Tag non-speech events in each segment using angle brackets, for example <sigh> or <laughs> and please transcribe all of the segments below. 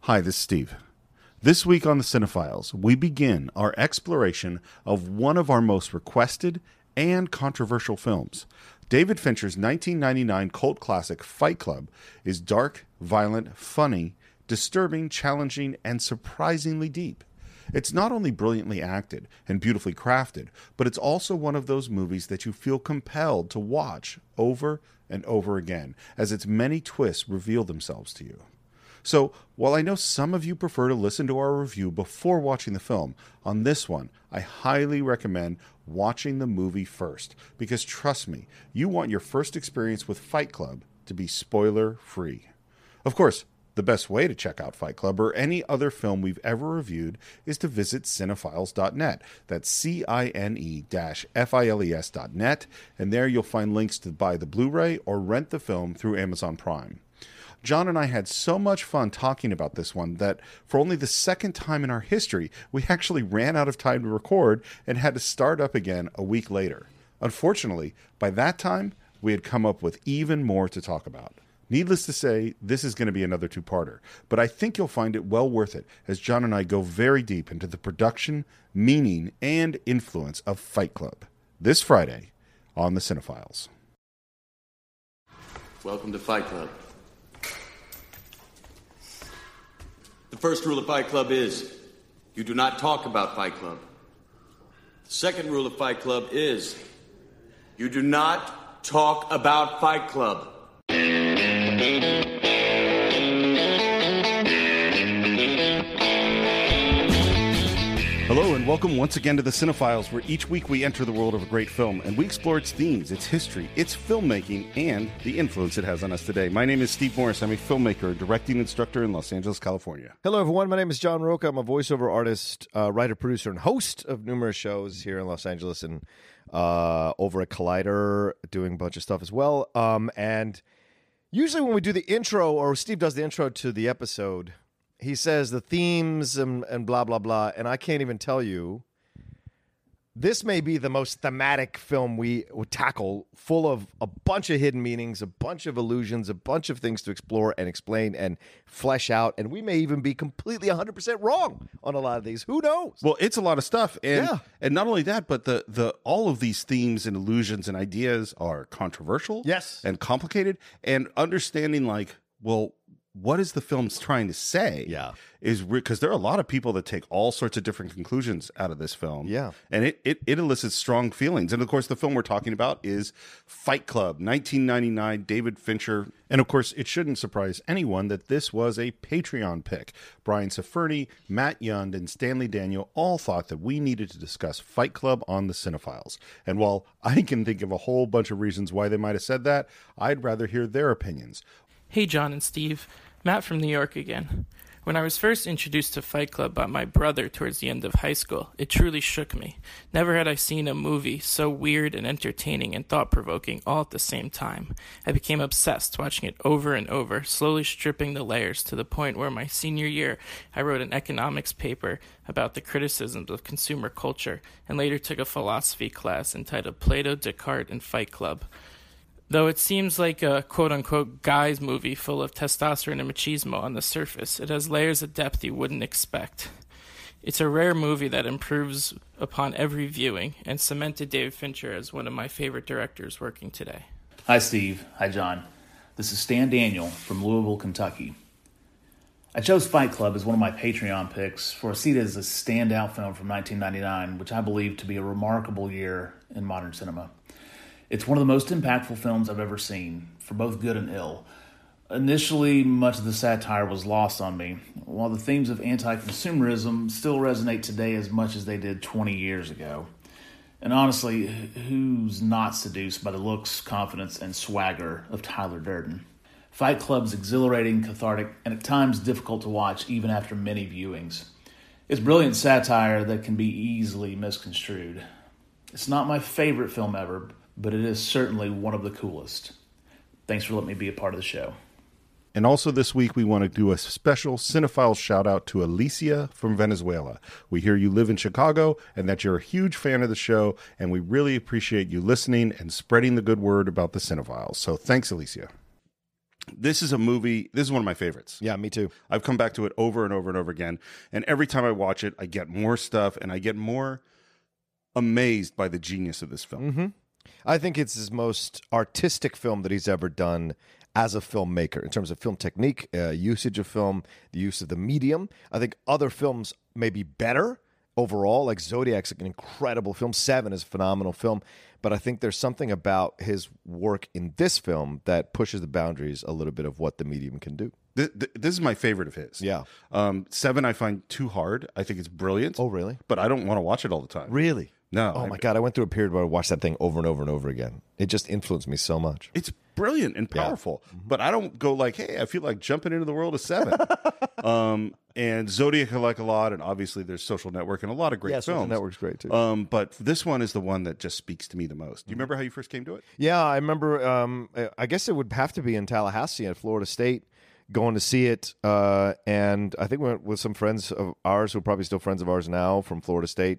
Hi, this is Steve. This week on the Cinephiles, we begin our exploration of one of our most requested and controversial films. David Fincher's 1999 cult classic Fight Club is dark, violent, funny, disturbing, challenging, and surprisingly deep. It's not only brilliantly acted and beautifully crafted, but it's also one of those movies that you feel compelled to watch over and over again as its many twists reveal themselves to you. So, while I know some of you prefer to listen to our review before watching the film, on this one, I highly recommend watching the movie first because trust me, you want your first experience with Fight Club to be spoiler free. Of course, the best way to check out Fight Club or any other film we've ever reviewed is to visit cinephiles.net. That's C I N E F I L E S.net. And there you'll find links to buy the Blu ray or rent the film through Amazon Prime. John and I had so much fun talking about this one that for only the second time in our history, we actually ran out of time to record and had to start up again a week later. Unfortunately, by that time, we had come up with even more to talk about. Needless to say, this is going to be another two parter, but I think you'll find it well worth it as John and I go very deep into the production, meaning, and influence of Fight Club this Friday on The Cinephiles. Welcome to Fight Club. The first rule of Fight Club is you do not talk about Fight Club. The second rule of Fight Club is you do not talk about Fight Club. Hello, and welcome once again to The Cinephiles, where each week we enter the world of a great film and we explore its themes, its history, its filmmaking, and the influence it has on us today. My name is Steve Morris. I'm a filmmaker, directing instructor in Los Angeles, California. Hello, everyone. My name is John Roca. I'm a voiceover artist, uh, writer, producer, and host of numerous shows here in Los Angeles and uh, over at Collider, doing a bunch of stuff as well. Um, and usually when we do the intro, or Steve does the intro to the episode, he says the themes and, and blah, blah, blah. And I can't even tell you. This may be the most thematic film we would tackle, full of a bunch of hidden meanings, a bunch of illusions, a bunch of things to explore and explain and flesh out. And we may even be completely 100% wrong on a lot of these. Who knows? Well, it's a lot of stuff, and Yeah. and not only that, but the the all of these themes and illusions and ideas are controversial, Yes. and complicated. And understanding, like, well, what is the film's trying to say? Yeah. is because there are a lot of people that take all sorts of different conclusions out of this film. Yeah. and it it, it elicits strong feelings. And of course, the film we're talking about is Fight Club, 1999, David Fincher. And of course, it shouldn't surprise anyone that this was a Patreon pick. Brian Saferni, Matt Yund, and Stanley Daniel all thought that we needed to discuss Fight Club on the Cinephiles. And while I can think of a whole bunch of reasons why they might have said that, I'd rather hear their opinions. Hey, John and Steve. Matt from New York again. When I was first introduced to Fight Club by my brother towards the end of high school, it truly shook me. Never had I seen a movie so weird and entertaining and thought provoking all at the same time. I became obsessed watching it over and over, slowly stripping the layers to the point where my senior year I wrote an economics paper about the criticisms of consumer culture and later took a philosophy class entitled Plato, Descartes, and Fight Club. Though it seems like a quote unquote guy's movie full of testosterone and machismo on the surface, it has layers of depth you wouldn't expect. It's a rare movie that improves upon every viewing and cemented David Fincher as one of my favorite directors working today. Hi, Steve. Hi, John. This is Stan Daniel from Louisville, Kentucky. I chose Fight Club as one of my Patreon picks for a seat as a standout film from 1999, which I believe to be a remarkable year in modern cinema. It's one of the most impactful films I've ever seen, for both good and ill. Initially, much of the satire was lost on me, while the themes of anti consumerism still resonate today as much as they did 20 years ago. And honestly, wh- who's not seduced by the looks, confidence, and swagger of Tyler Durden? Fight Club's exhilarating, cathartic, and at times difficult to watch even after many viewings. It's brilliant satire that can be easily misconstrued. It's not my favorite film ever, but it is certainly one of the coolest. Thanks for letting me be a part of the show. And also this week, we want to do a special cinephile shout out to Alicia from Venezuela. We hear you live in Chicago and that you're a huge fan of the show, and we really appreciate you listening and spreading the good word about the cinephiles. So thanks, Alicia. This is a movie. This is one of my favorites. Yeah, me too. I've come back to it over and over and over again. And every time I watch it, I get more stuff and I get more amazed by the genius of this film. I think it's his most artistic film that he's ever done as a filmmaker in terms of film technique, uh, usage of film, the use of the medium. I think other films may be better overall. Like Zodiac's an incredible film, Seven is a phenomenal film. But I think there's something about his work in this film that pushes the boundaries a little bit of what the medium can do. Th- th- this is my favorite of his. Yeah. Um, seven, I find too hard. I think it's brilliant. Oh, really? But I don't want to watch it all the time. Really? No. Oh, I- my God. I went through a period where I watched that thing over and over and over again. It just influenced me so much. It's brilliant and powerful. Mm-hmm. But I don't go like, hey, I feel like jumping into the world of <laughs> seven. um, and Zodiac I like a lot. And obviously, there's Social Network and a lot of great Yeah, Social films. Network's great, too. Um, but this one is the one that just speaks to me the most. Do Mm-hmm. you remember how you first came to it? Yeah, I remember. Um, I guess it would have to be in Tallahassee at Florida State, going to see it. Uh, and I think we went with some friends of ours who are probably still friends of ours now from Florida State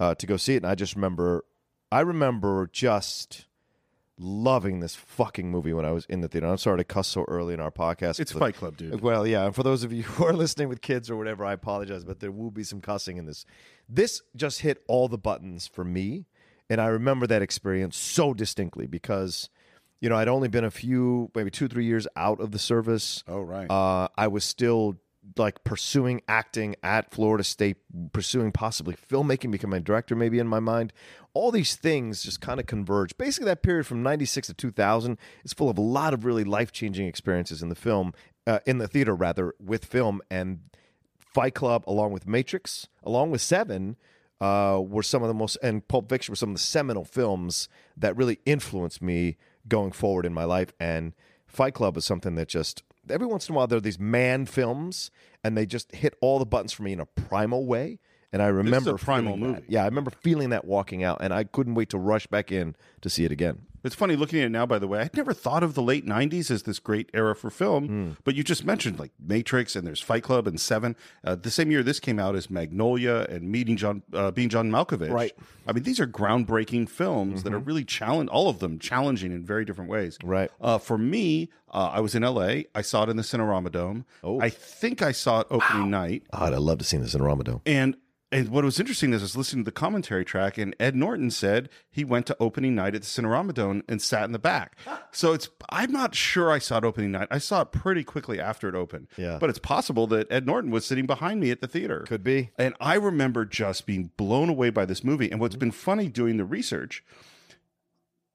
uh, to go see it. And I just remember, I remember just loving this fucking movie when I was in the theater. I'm sorry to cuss so early in our podcast. It's but- Fight Club, dude. well, yeah, and for those of you <laughs> who are listening with kids or whatever, I apologize, but there will be some cussing in this. This just hit all the buttons for me, and I remember that experience so distinctly because, you know, I'd only been a few, maybe two, three years out of the service. Oh, right. Uh, I was still like pursuing acting at Florida State, pursuing possibly filmmaking, becoming a director, maybe in my mind. All these things just kind of converge. Basically, that period from 96 to 2000 is full of a lot of really life changing experiences in the film, uh, in the theater, rather, with film. And Fight Club, along with Matrix, along with Seven, uh, were some of the most, and Pulp Fiction were some of the seminal films that really influenced me going forward in my life. And Fight Club is something that just, every once in a while, there are these man films, and they just hit all the buttons for me in a primal way. And I remember primal feeling that. movie. Yeah, I remember feeling that walking out, and I couldn't wait to rush back in to see it again. It's funny looking at it now, by the way. I'd never thought of the late 90s as this great era for film, Hmm. but you just mentioned like Matrix and there's Fight Club and Seven. Uh, the same year this came out is Magnolia and Meeting John, uh, Being John Malkovich. Right. Mm-hmm. I mean, these are groundbreaking films that are really challenge all of them challenging in very different ways. Right. Uh, for me, uh, I was in LA. I saw it in the Cinerama Dome. Oh. I think I saw it opening night. God, I'd love to see this in Ramadan. And and what was interesting is I was listening to the commentary track, and Ed Norton said he went to opening night at the Cineramadone and sat in the <laughs> back. So it's I'm not sure I saw it opening night. I saw it pretty quickly after it opened. Yeah. But it's possible that Ed Norton was sitting behind me at the theater. Could be. And I remember just being blown away by this movie. And Mm-hmm. what's been funny doing the research,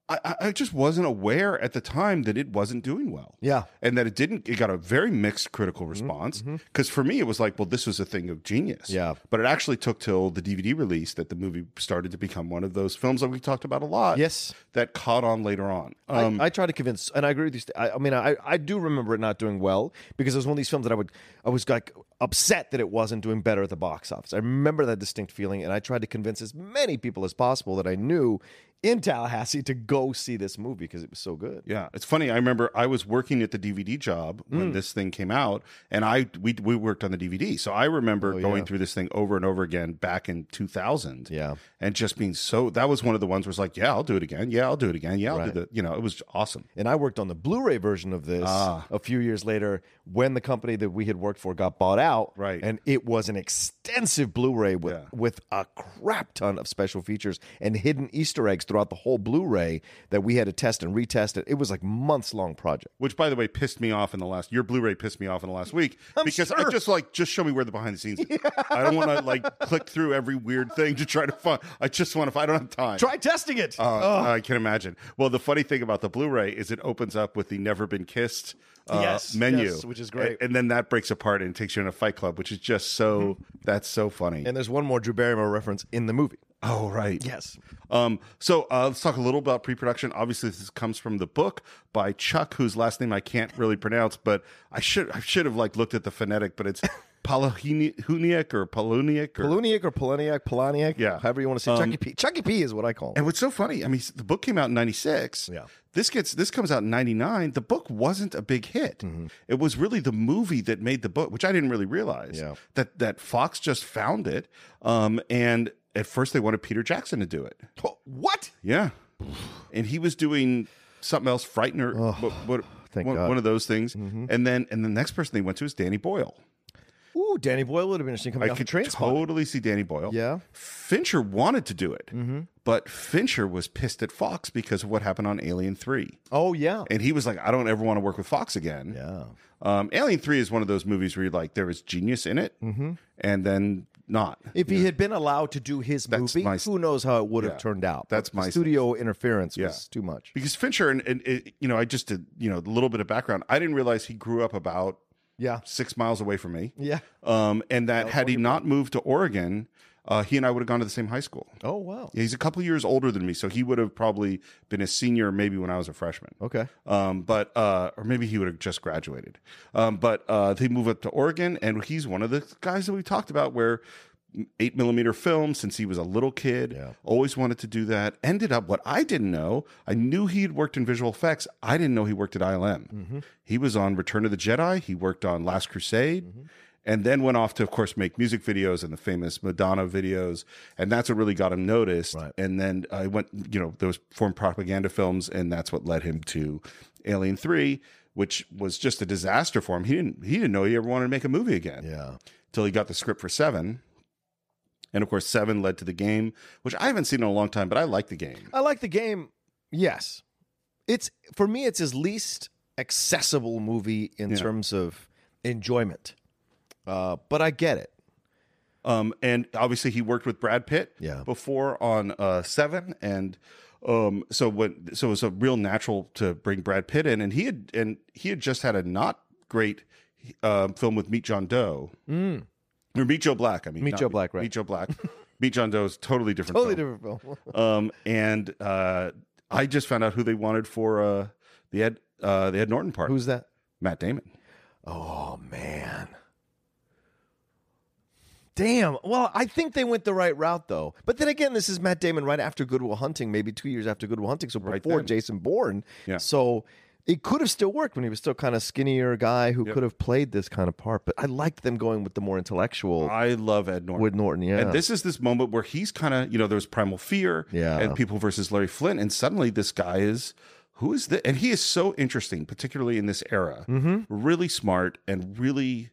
I, I- I just wasn't aware at the time that it wasn't doing well. Yeah. Mm-hmm. And that it didn't, it got a very mixed critical response. Because for me, it was like, well, this was a thing of genius. Yeah. But it actually took till the DVD release that the movie started to become one of those films that we talked about a lot. Yes. That caught on later on. I- Um, I, try to convince, and I agree with you. St- I, I mean, I, I do remember it not doing well because it was one of these films that I would, I was like upset that it wasn't doing better at the box office. I remember that distinct feeling, and I tried to convince as many people as possible that I knew in Tallahassee to go see this movie because it was so good. Yeah, it's funny. I remember I was working at the DVD job Mm. when this thing came out, and I we we worked on the DVD, so I remember Oh, going through this thing over and over again back in two thousand. Yeah. and just being so that was one of the ones where it's like, yeah, I'll do it again. Yeah, I'll do it again. Yeah, I'll Right. do the. You know, it was awesome. And I worked on the Blu-ray version of this Ah. a few years later when the company that we had worked for got bought out. Right. And it was an extensive Blu-ray with Yeah. with a crap ton of special features and hidden Easter eggs throughout the whole Blu-ray that we had to test and retest it. It was like months long project. Which, by the way, pissed me off in the last. Your Blu-ray pissed me off in the last week because I sure. just like just show me where the behind the <laughs> scenes. is. I don't want to like click through every weird thing to try to find. I just want to. I don't have time. Try testing it. Uh, I can imagine. Well, the funny thing about the Blu-ray is it opens up with the "Never Been Kissed" uh, Yes, menu, yes, which is great. and, and then that breaks apart and takes you in a Fight Club, which is just so that's so funny. Mm-hmm. and there's one more Drew Barrymore reference in the movie. oh, right, Yes. Um, so uh, let's talk a little about pre-production. Obviously, this comes from the book by Chuck, whose last name I can't really pronounce, but I should I should have like looked at the phonetic, but <laughs> it's Palahuniak or Paluniak or Poloniak or Poloniak, Poloniak, Yeah. Um, however you want to say. Chucky P. Chucky P. is what I call him. And what's so funny, I mean, the book came out in '96. Yeah. this gets this comes out in '99. The book wasn't a big hit. Mm-hmm. It was really the movie that made the book, which I didn't really realize. Yeah. that that Fox just found it, um, and at first they wanted Peter Jackson to do it. What? <sighs> Yeah, and he was doing something else, Frightener. What, what, Thank one, God. Mm-hmm. one of those things. And then and the next person they went to is Danny Boyle. Ooh, Danny Boyle would have been interesting coming I off could train totally see Danny Boyle. Yeah. Mm-hmm. Fincher wanted to do it, but Fincher was pissed at Fox because of what happened on Alien Three, Oh yeah, and he was like, "I don't ever want to work with Fox again." yeah. Um, Alien Three is one of those movies where you're like, there was genius in it, Mm-hmm. and then not. If he had been allowed to do his movie, my- who knows how it would have Yeah. turned out? That's But my- the studio interference Yeah. was too much. because Fincher and, and it, you know, I just did you know a little bit of background. I didn't realize he grew up about Yeah, six miles away from me. yeah. Um, and that had he not moved to Oregon, uh, he and I would have gone to the same high school. Oh wow. Yeah, he's a couple years older than me, so he would have probably been a senior maybe when I was a freshman. Okay. Um, but uh, or maybe he would have just graduated. Um, but uh, they move up to Oregon, and he's one of the guys that we talked about where eight millimeter film since he was a little kid. Yeah. Always wanted to do that. Ended up what I didn't know. I knew he had worked in visual effects. I didn't know he worked at ILM. He was on Return of the Jedi. He worked on Last Crusade. And then went off to, of course, make music videos and the famous Madonna videos, and that's what really got him noticed. Right. And then I went, you know, those formed propaganda films, and that's what led him to Alien Three, which was just a disaster for him. He didn't, he didn't know he ever wanted to make a movie again Yeah. till he got the script for Seven. And of course, Seven led to the game, which I haven't seen in a long time, but I like the game. I like the game. Yes, it's for me. It's his least accessible movie in Yeah. terms of enjoyment, uh, but I get it. Um, and obviously, he worked with Brad Pitt Yeah. before on uh, Seven, and um, so when so it was a real natural to bring Brad Pitt in, and he had and he had just had a not great uh, film with Meet John Doe or Meet Joe Black. I mean, Mm. Meet not Joe Black, right. Meet Joe Black. <laughs> Meet John Doe is totally different. Totally film. different film. <laughs> Um, and uh, I just found out who they wanted for uh, the Ed uh, the Ed Norton part. Who's that? Matt Damon? Oh man. Damn. Well, I think they went the right route though. But then again, this is Matt Damon right after Goodwill Hunting, maybe two years after Goodwill Hunting, so before then. Jason Bourne. Yeah. So it could have still worked when he was still kind of skinnier guy who could have played this kind of part. But I liked them going with the more intellectual I love Ed Norton. with Norton. Yeah. And this is this moment where he's kind of, you know, there was Primal Fear Yeah. and People versus Larry Flint. And suddenly this guy is, who is this? And he is so interesting, particularly in this era. Mm-hmm. Really smart and really,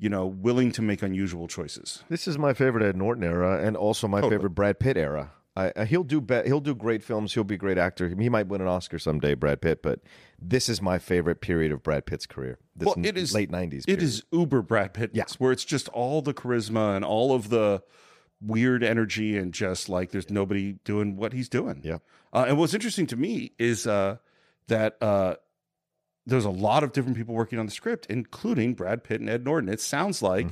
you know, willing to make unusual choices. This is my favorite Ed Norton era, and also my Totally. favorite Brad Pitt era. I, I, he'll do be, he'll do great films. He'll be a great actor. He might win an Oscar someday, Brad Pitt. But this is my favorite period of Brad Pitt's career. This Well, it is late nineties. It is uber Brad Pitt, Yeah. where it's just all the charisma and all of the weird energy and just like there's nobody doing what he's doing. Yeah. Uh, and what's interesting to me is uh, that uh, there's a lot of different people working on the script, including Brad Pitt and Ed Norton. It sounds like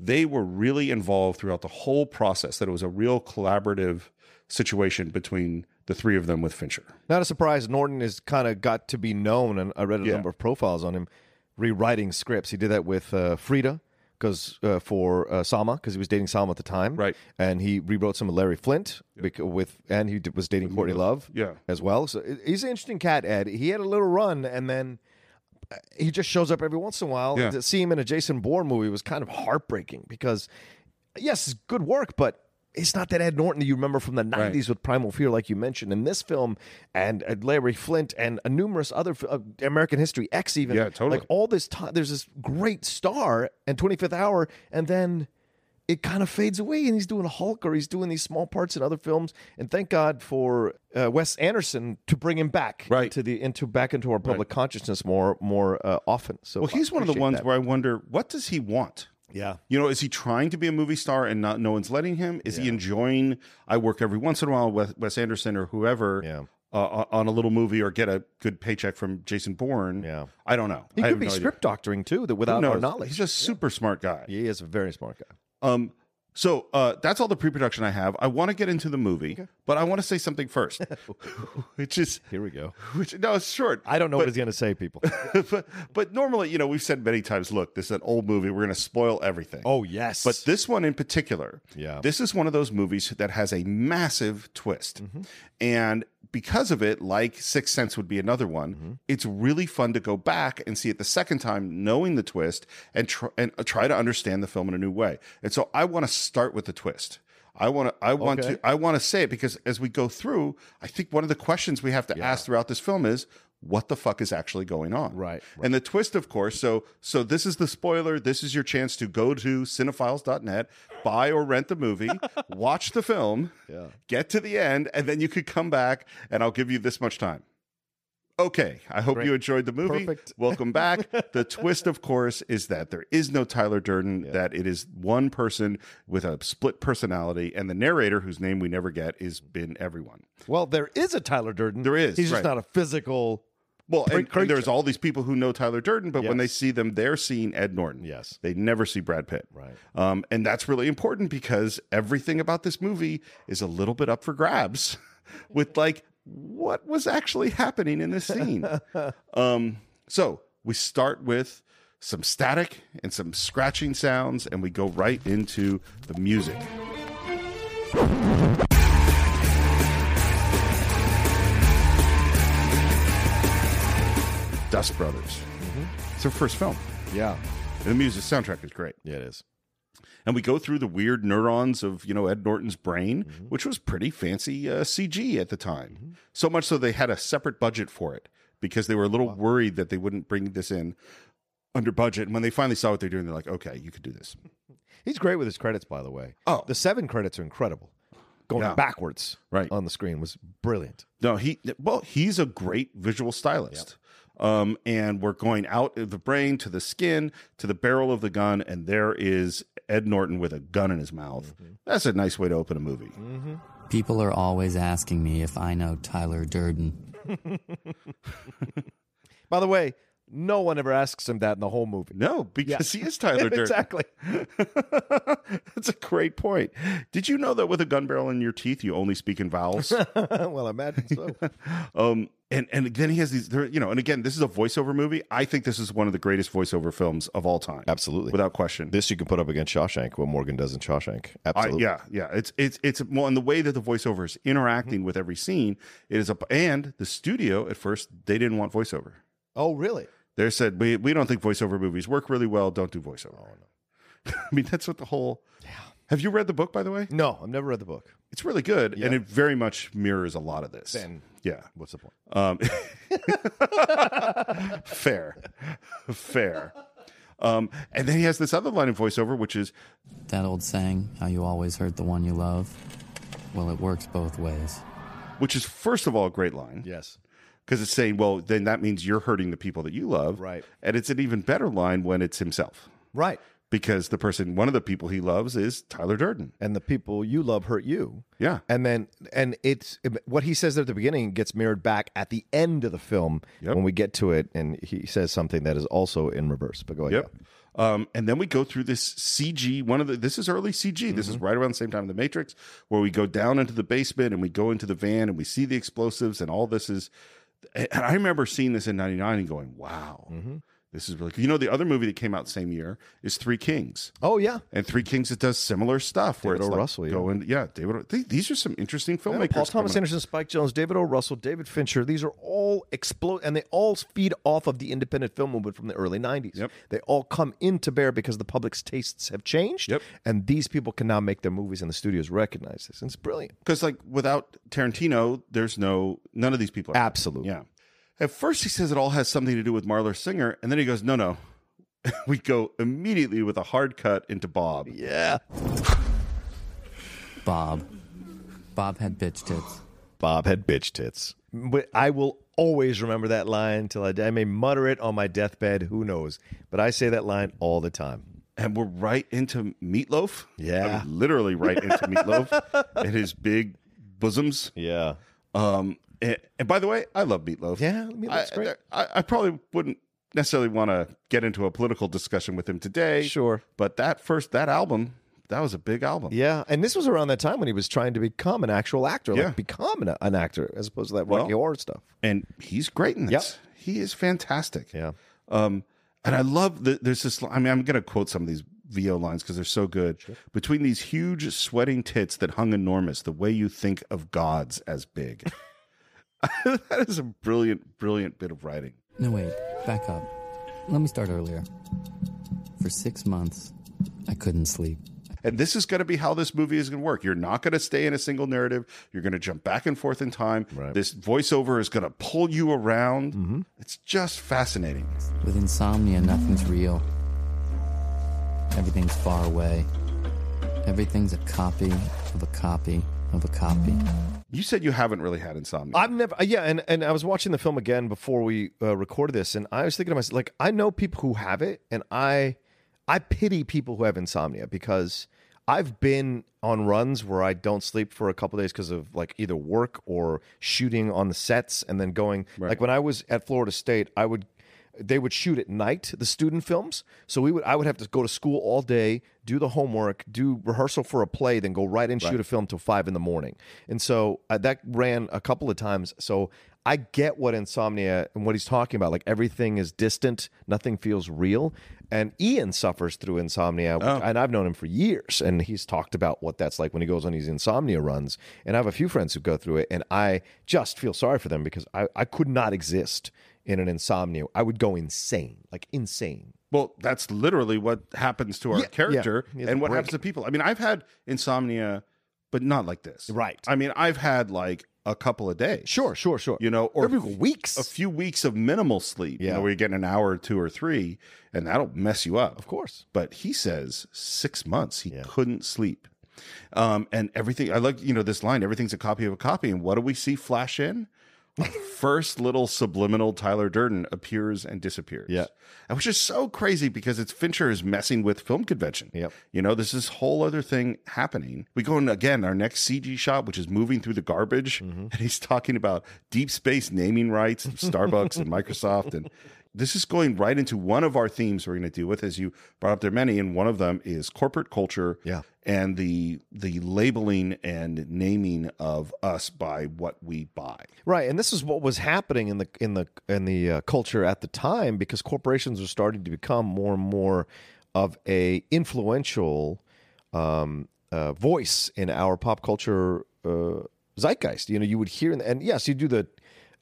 they were really involved throughout the whole process. That it was a real collaborative situation between the three of them with Fincher. not a surprise. Norton has kind of got to be known, and I read a Yeah. number of profiles on him rewriting scripts. He did that with uh, Frida. Because uh, for uh, Salma, because he was dating Salma at the time, Right. And he rewrote some of Larry Flint bec- with, and he d- was dating Courtney Love, Yeah. as well. So i- he's an interesting cat, Ed. He had a little run, and then he just shows up every once in a while. Yeah. To see him in a Jason Bourne movie was kind of heartbreaking because, yes, it's good work, but it's not that Ed Norton that you remember from the 90s with Primal Fear, like you mentioned in this film, and uh, Larry Flint, and uh, numerous other fi- uh, American History X, even. Yeah, totally. Like all this time, there's this great star and 25th Hour, and then it kind of fades away and he's doing Hulk or he's doing these small parts in other films. And thank God for uh, Wes Anderson to bring him back Right. to the into back into our public consciousness more more uh, often. So Well, he's one of the ones where I wonder what does he want. yeah. You know, is he trying to be a movie star and not no one's letting him? Is he enjoying I work every once in a while with Wes Anderson or whoever Yeah. uh, on a little movie or get a good paycheck from Jason Bourne? Yeah. I don't know. He I could have be no idea. script doctoring too, Who that without our knows? knowledge. He's just super smart guy. he is a very smart guy. Um, so uh, that's all the pre-production I have. I want to get into the movie, but I want to say something <laughs> first, which is Here we go. which no, it's short. I don't know what he's gonna say, people. <laughs> but, but normally, you know, we've said many times, look, this is an old movie. We're going to spoil everything. <laughs> oh yes. But this one in particular, Yeah. this is one of those movies that has a massive twist. Mm-hmm. And because of it, like Sixth Sense would be another one, Mm-hmm. it's really fun to go back and see it the second time, knowing the twist and, tr- and uh, try to understand the film in a new way. And so I want to start with the twist. I want to. I want Okay. to. I want to say it because as we go through, I think one of the questions we have to ask throughout this film is, what the fuck is actually going on. Right, And the twist, of course, so so this is the spoiler. This is your chance to go to cinephiles.net, buy or rent the <laughs> movie, watch the film, get to the end, and then you could come back and I'll give you this much time. Okay, I hope you enjoyed the movie. Perfect. <laughs> Welcome <laughs> back. the twist, of course, is that there is no Tyler Durden, that it is one person with a split personality, and the narrator, whose name we never get, is been everyone. Well, there is a Tyler Durden. There is, He's just right. not a physical. Well, and, Great and there's creature. all these people who know Tyler Durden, but when they Yes. see them, they're seeing Ed Norton. Yes. They never see Brad Pitt. Right. Um, and that's really important because everything about this movie is a little bit up for grabs <laughs> with like what was actually happening in this scene. um, so we start with some static and some scratching sounds, and we go right into the music. Dust Brothers. It's their first film. Yeah. And the music soundtrack is great Yeah, it is. and we go through the weird neurons of you know Ed Norton's brain, which was pretty fancy uh, CG at the time. So much so they had a separate budget for it because they were a little worried that they wouldn't bring this in under budget. And when they finally saw what they're doing, they're like, "Okay, you could do this." He's great with his credits, by the way. Oh. the seven credits are incredible. Going Yeah. backwards, Right. on the screen was brilliant. No, he well, he's a great visual stylist. Um, and we're going out of the brain to the skin to the barrel of the gun, and there is Ed Norton with a gun in his mouth. That's a nice way to open a movie. People are always asking me if I know Tyler Durden. By the way, no one ever asks him that in the whole movie. No, because he is Tyler <laughs> Durden. exactly. <laughs> That's a great point. Did you know that with a gun barrel in your teeth, you only speak in <laughs> vowels? well, I imagine so. um, and and then he has these, there, you know. And again, this is a voiceover movie. I think this is one of the greatest voiceover films of all time, Absolutely. without question. <laughs> this you can put up against Shawshank, what Morgan does in Shawshank. I, Absolutely. yeah, yeah. It's it's it's well, and the way that the voiceover is interacting Mm-hmm. with every scene, it is a and the studio at first they didn't want voiceover. Oh, really? They said we we don't think voiceover movies work really well. Don't do voiceover. Oh, <laughs> I mean, that's what the whole. Have you read the book, by the way? No, I've never read the book. It's really good, and it very much mirrors a lot of this. Then- yeah, What's the point? um, fair, <laughs> fair. Um, and then he has this other line of voiceover, which is That old saying, how you always hurt the one you love? Well, it works both ways. which is first of all a great line Yes. because it's saying, well, then that means you're hurting the people that you love, Right. And it's an even better line when it's himself Right. because the person, one of the people he loves, is Tyler Durden. And the people you love hurt you. Yeah, And then, and it's what he says there at the beginning gets mirrored back at the end of the film Yep. when we get to it, and he says something that is also in reverse. But go ahead. Yep. Um, and then we go through this CG. One of the this is early CG. This Mm-hmm. is right around the same time in the Matrix, where we go down into the basement and we go into the van and we see the explosives and all this is. And I remember seeing this in '99 and going, "Wow, Mm-hmm. this is really." cool." You know, the other movie that came out same year is Three Kings. Oh yeah. And Three Kings, it does similar stuff where David it's O. like Russell, yeah. going, yeah, David. O- th- These are some interesting Yeah, filmmakers. Paul Thomas coming up. Anderson, Spike Jones, David O. Russell, David Fincher. These are all explode, and they all feed off of the independent film movement from the early '90s. Yep. They all come into bear because the public's tastes have changed. Yep. And these people can now make their movies, and the studios recognize this. And it's brilliant. because like without Tarantino, there's no none of these people. Are Absolutely. Yeah. At first, he says it all has something to do with Marlar Singer, and then he goes, "No, no." <laughs> we go immediately with a hard cut into Bob. Yeah. Bob. Bob had bitch tits. Bob had bitch tits. But I will always remember that line till I die. I may mutter it on my deathbed. Who knows? But I say that line all the time. And we're right into Meatloaf. Yeah. I mean, literally right into <laughs> Meatloaf and his big bosoms. Yeah. Um, and, and by the way, I love Meatloaf. Yeah, Meatloaf's I, great. I, I probably wouldn't necessarily want to get into a political discussion with him today. Sure. But that first, that album, that was a big album. Yeah. And this was around that time when he was trying to become an actual actor, Yeah. like become an, an actor as opposed to that Rocky Well- Horror stuff. and he's great in this. He is fantastic. Yeah. Um, and I love that there's this. I mean, I'm going to quote some of these VO lines because they're so good. Between these huge sweating tits that hung enormous, the way you think of gods as <laughs> big. that is a brilliant, brilliant bit of writing. No, wait, back up. Let me start earlier. For six months, I couldn't sleep. And this is going to be how this movie is going to work. You're not going to stay in a single narrative. You're going to jump back and forth in time. Right. Mm-hmm. This voiceover is going to pull you around. It's just fascinating. With insomnia, nothing's real. Everything's far away. Everything's a copy of a copy of a copy. You said you haven't really had insomnia. I've never, uh, yeah, and, and I was watching the film again before we uh, recorded this, and I was thinking to myself, like, I know people who have it, and I, I pity people who have insomnia because I've been on runs where I don't sleep for a couple days because of like either work or shooting on the sets, and then going like when I was at Florida State, I would they would shoot at night the student films so we would i would have to go to school all day do the homework do rehearsal for a play then go right and shoot a film till five in the morning and so uh, that ran a couple of times so i get what insomnia and what he's talking about like everything is distant nothing feels real and ian suffers through insomnia which- and i've known him for years and he's talked about what that's like when he goes on these insomnia runs and i have a few friends who go through it and i just feel sorry for them because i, I could not exist in an insomnia, I would go insane, like insane. Well, that's literally what happens to our Yeah, yeah. character He has and a what break. happens to people. I mean, I've had insomnia, but not like this. Right. I mean, I've had like a couple of days. Sure, sure, sure. You know, or Every weeks. a few weeks of minimal sleep. You Yeah. know, where you get an hour or two or three, and that'll mess you up. of course. But he says six months he couldn't sleep. Um, and everything I like, you know, this line, everything's a copy of a copy. And what do we see flash in? <laughs> Our First little subliminal Tyler Durden appears and disappears. Yeah. And Which is so crazy because it's Fincher is messing with film convention. Yep. You know, there's this whole other thing happening. We go in again, our next CG shot, which is moving through the garbage. Mm-hmm. <laughs> And he's talking about deep space naming rights, of Starbucks <laughs> and Microsoft. And this is going right into one of our themes we're going to deal with, as you brought up there are many. And one of them is corporate culture Yeah. and the the labeling and naming of us by what we buy. Right, and this is what was happening in the in the in the uh, culture at the time because corporations were starting to become more and more of a influential um, uh, voice in our pop culture uh, zeitgeist. You know, you would hear and yes, you do the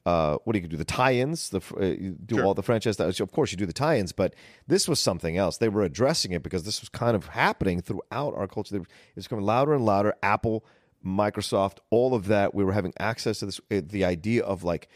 uh, what do you do the tie-ins, the f- uh, you do all the franchise. That, of course, you do the tie-ins, but this was something else. They were addressing it because this was kind of happening throughout our culture. It was becoming louder and louder. Apple Microsoft, all of that. We were having access to this. uh, The idea of like,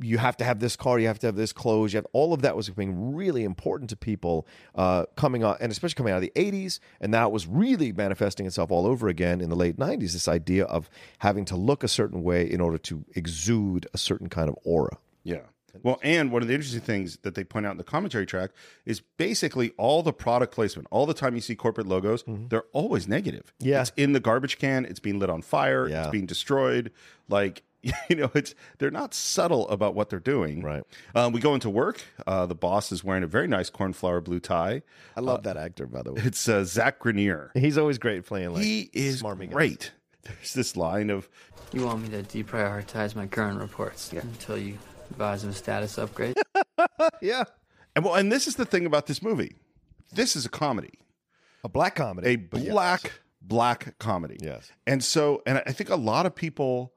you have to have this car, you have to have this clothes, you have all of that was being really important to people uh, coming on, and especially coming out of the '80s, and now it was really manifesting itself all over again in the late '90s. This idea of having to look a certain way in order to exude a certain kind of aura. Yeah. Well, and one of the interesting things that they point out in the commentary track is basically all the product placement, all the time you see corporate logos, they're always negative. Mm-hmm. Yeah. It's in the garbage can, it's being lit on fire, it's Yeah. being destroyed. Like, <laughs> you know, it's they're not subtle about what they're doing. Right. Um, we go into work. Uh, the boss is wearing a very nice cornflower blue tie. I love that actor, by the way. It's uh, Zach Grenier. <laughs> He's always great playing like he is smarmy guy. great. There's this line of You want me to deprioritize my current reports until you advise of a status upgrade? yeah, and well, and this is the thing about this movie. This is a comedy. a black comedy, a but yeah. black black comedy. Yes. And so and I think a lot of people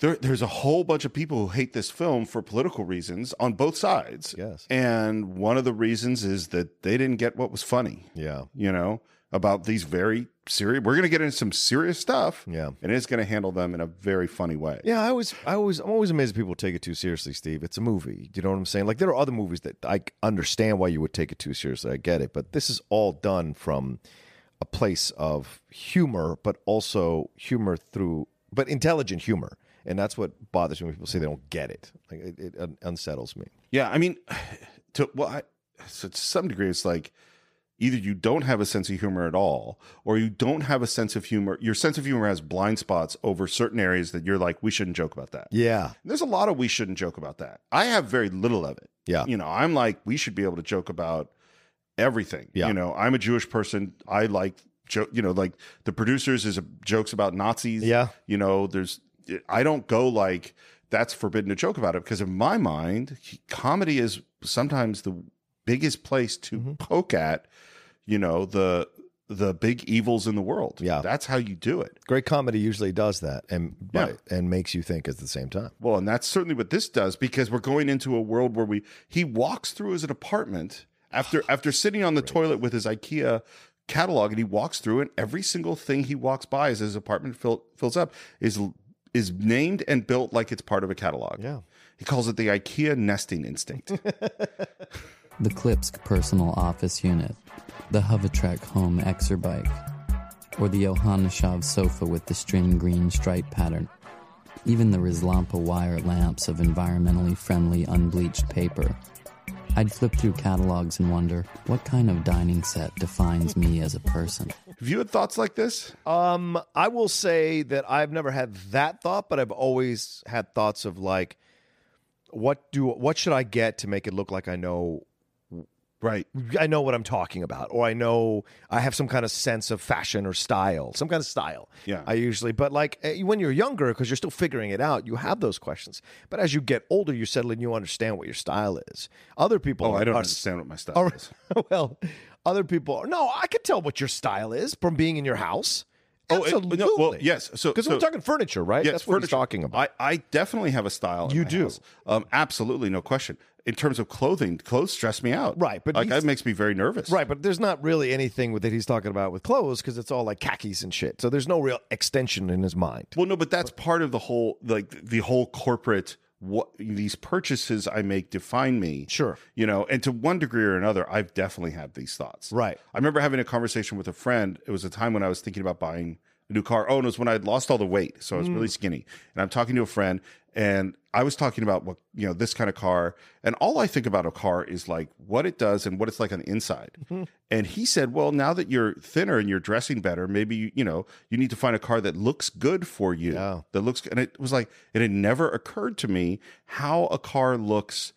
there there's a whole bunch of people who hate this film for political reasons on both sides. Yes. And one of the reasons is that they didn't get what was funny, yeah. you know, about these very serious we're going to get into some serious stuff. Yeah. And it's going to handle them in a very funny way. Yeah, I always, I always, I'm always amazed that people take it too seriously, Steve. It's a movie. You know what I'm saying? Like there are other movies that I understand why you would take it too seriously. I get it, but this is all done from a place of humor, but also humor through, but intelligent humor, and that's what bothers me when people say they don't get it. Like it, it un- unsettles me. Yeah, I mean, <sighs> to well, I, so to some degree, it's like either you don't have a sense of humor at all, or you don't have a sense of humor. Your sense of humor has blind spots over certain areas that you're like, we shouldn't joke about that. Yeah, There's a lot of we shouldn't joke about that. I have very little of it. Yeah. you know, I'm like, we should be able to joke about everything. Yeah. you know, I'm a Jewish person. I like joke. You know, like the producers is a, jokes about Nazis. Yeah. you know, there's. I don't go like that's forbidden to joke about it because in my mind, comedy is sometimes the biggest place to Mm-hmm. poke at. You know the the big evils in the world. Yeah. that's how you do it. great comedy usually does that, and Yeah. and makes you think at the same time. Well, and that's certainly what this does because we're going into a world <sighs> where we he walks through his apartment after after sitting on the toilet with his IKEA catalog and he walks through and every single thing he walks by as his apartment fill, fills up is is named and built like it's part of a catalog. Yeah. He calls it the IKEA nesting <laughs> instinct. The Klipsk Personal Office Unit, the Hovatrek Home Exerbike, or the Yohannishov sofa with the string green stripe pattern. Even the Rizlampa wire lamps of environmentally friendly unbleached paper. I'd flip through catalogs and wonder what kind of dining set defines me as a person. Have you had thoughts like this? Um, I will say that I've never had that thought, but I've always had thoughts of like, what do what should I get to make it look like I know right. I know what I'm talking about, or I know I have some kind of sense of fashion or style, some kind of style. Yeah. I usually, but like eh, when you're younger, because you're still figuring it out, you have those questions. But as you get older, you settle and you understand what your style is. Other people, Oh, I don't are- understand what my stuff are- is. <laughs> well, other people, are- no, I could tell what your style is from being in your house. Oh, it- no, well, Absolutely. yes, so- because so- we're talking furniture, right? Yes, That's what we're furniture. talking about. I, I definitely have a style. in You my do. house. Um, absolutely, no question. In terms of clothing, clothes stress me out. Right, but like he's- that makes me very nervous. Right, but there's not really anything with- that he's talking about with clothes because it's all like khakis and shit. So there's no real extension in his mind. Well, no, but that's part of the whole like the whole corporate what these purchases I make define me. Sure. You know, and to one degree or another, I've definitely had these thoughts. Right. I remember having a conversation with a friend. It was a time when I was thinking about buying a new car. Oh, and it was when I'd lost all the weight. So I was really skinny. And I'm talking to a friend and I was talking about what, you know, this kind of car. And all I think about a car is like what it does and what it's like on the inside. And he said, well, now that you're thinner and you're dressing better, maybe, you, you know, you need to find a car that looks good for you. Yeah. That looks, and it was like, it had never occurred to me how a car looks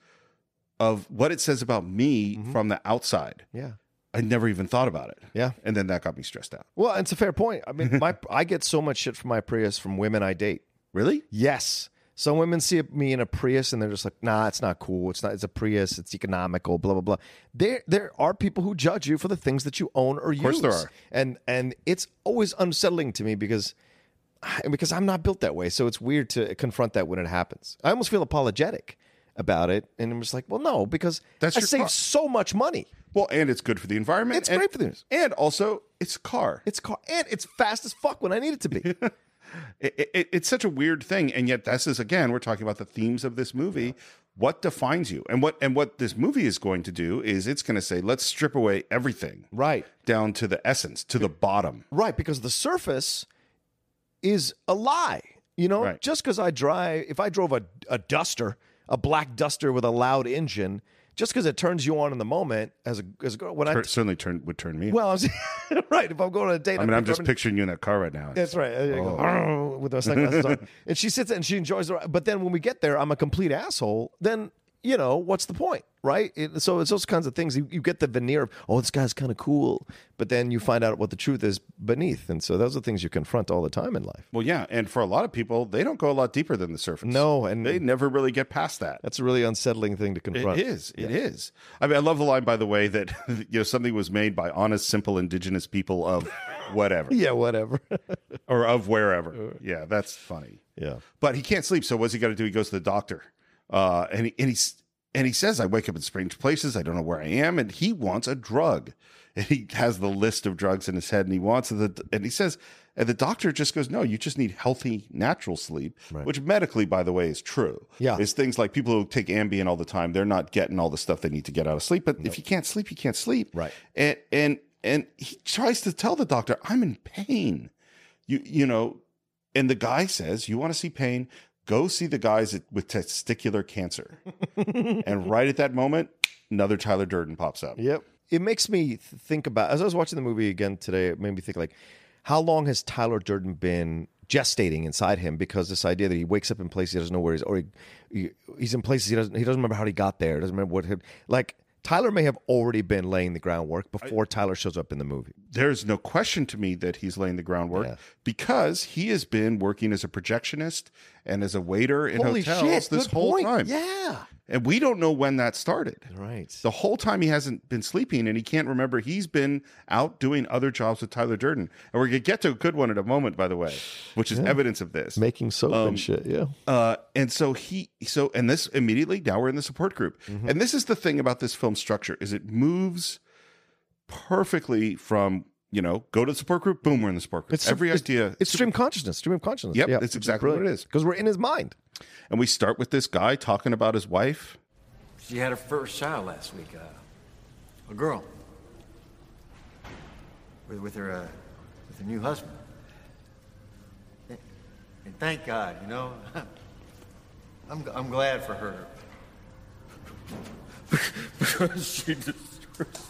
of what it says about me from the outside. Yeah. I never even thought about it. Yeah. And then that got me stressed out. Well, it's a fair point. I <laughs> mean, my I get so much shit from my Prius from women I date. Really? Yes. Some women see me in a Prius and they're just like, "Nah, it's not cool. It's not. It's a Prius. It's economical. Blah blah blah." There, there are people who judge you for the things that you own or use. Of course there are. and and it's always unsettling to me because <sighs> because I'm not built that way. So it's weird to confront that when it happens. I almost feel apologetic about it, and I'm just like, "Well, no, because That's I your saved car. so much money. Well, and it's good for the environment. It's and- great for the- And also, it's a car. It's car, and it's fast as fuck when I need it <laughs> to be." It, it, it's such a weird thing, and yet this is again we're talking about the themes of this movie. What defines you, and what and what this movie is going to do is it's going to say, let's strip away everything, Right. down to the essence, to the bottom. Right, because the surface is a lie. You know, Right. just because I drive, if I drove a, a duster, a black duster with a loud engine, just because it turns you on in the moment as a as a girl, when I Tur- certainly turn would turn me. well, <laughs> I'm right. If I'm going on a date, I mean, I'm just picturing- picturing you in that car right now. That's right. I Oh. go, "Arr," with my <laughs> sunglasses on, and she sits there and she enjoys the. ride. But then when we get there, I'm a complete asshole. Then you know what's the point, right? It, so it's those kinds of things. You, you get the veneer of, oh, this guy's kind of cool, but then you find out what the truth is beneath, and so those are things you confront all the time in life. Well, yeah, and for a lot of people, they don't go a lot deeper than the surface. No, and- they never really get past that. That's a really unsettling thing to It is. confront. It is. I mean, I love the line, by the way, that <laughs> you know something was made by honest, simple, indigenous people of whatever Yeah, whatever. <laughs> or of wherever. Yeah, that's funny. yeah. But he can't sleep, so what's he got to do? He goes to the doctor, uh, and he, and he's and he says, "I wake up in strange places. I don't know where I am." And he wants a drug, and he has the list of drugs in his head, and he wants the and he says, and the doctor just goes, "No, you just need healthy, natural sleep," which medically, by the way, is true. Yeah. is things like people who take Ambien all the time, they're not getting all the stuff they need to get out of sleep. But if you can't sleep, you can't sleep. Right. And and and he tries to tell the doctor, "I'm in pain." You you know, and the guy says, "You want to see pain? Go see the guys at- with testicular <laughs> cancer." and right at that moment, another Tyler Durden pops up. Yep. It makes me th- think about as I was watching the movie again today. It made me think like, how long has Tyler Durden been gestating inside him? Because this idea that he wakes up in places he doesn't know where he's, or he, he- he's in places he doesn't he doesn't remember how he got there. Doesn't remember what him like. Tyler may have already been laying the groundwork before Tyler shows up in the movie. There's no question to me that he's laying the groundwork Yeah. because he has been working as a projectionist and as a waiter in hotels this good whole point. time. Yeah. And we don't know when that started. Right. The whole time he hasn't been sleeping and he can't remember he's been out doing other jobs with Tyler Durden. And we're going to get to a good one in a moment, by the way, which is evidence of this. Making soap and shit. Yeah. Uh, and so he so and this immediately now we're in the support group Mm-hmm. and this is the thing about this film structure is it moves perfectly from you know, go to the support group. Boom, we're in the support group. every idea. It's stream consciousness. Stream of consciousness. Yep, Yeah, that's which is exactly what brilliant. it is. Because we're in his mind. and we start with this guy talking about his wife. She had her first child last week. Uh, a girl. With, with her, uh, with her new husband. And thank God, you know. <laughs> I'm, I'm glad for her. <laughs> because she deserves.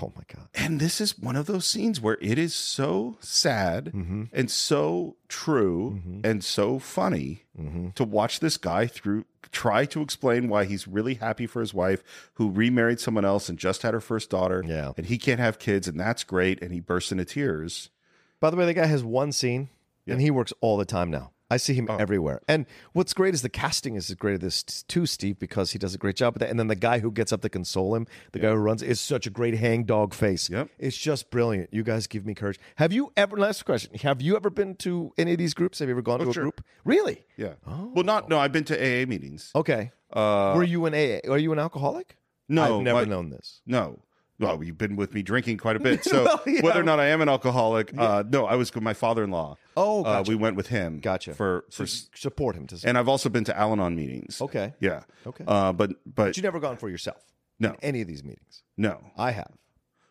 Oh my god. And this is one of those scenes where it is so sad Mm-hmm. and so true and so funny Mm-hmm. to watch this guy through try to explain why he's really happy for his wife who remarried someone else and just had her first daughter Yeah. and he can't have kids and that's great and he bursts into tears. By the way, the guy has one scene, and Yeah. Oh. he works all the time now. I see him everywhere. And what's great is the casting is great at this t- too, Steve, because he does a great job with that. And then the guy who gets up to console him, the guy who runs, is such a great hangdog face. Yep. It's just brilliant. You guys give me courage. Have you ever, last question, have you ever been to any of these groups? Have you ever gone to a Oh, sure. group? Really? Yeah. Well not Oh. no, I've been to AA meetings. Okay. Uh, Were you an AA? Are you an alcoholic? No, I've never my- known this. No. Well, you've been with me drinking quite a bit. So <laughs> Well, yeah. whether or not I am an alcoholic, uh, no, I was with my father in law. Oh, gotcha. uh, we went with him. Gotcha. For for S- Support him to. and I've also been to Al Anon meetings. Okay. Yeah. Okay. Uh, but but but you never gone for yourself. No. In any of these meetings. no. I have.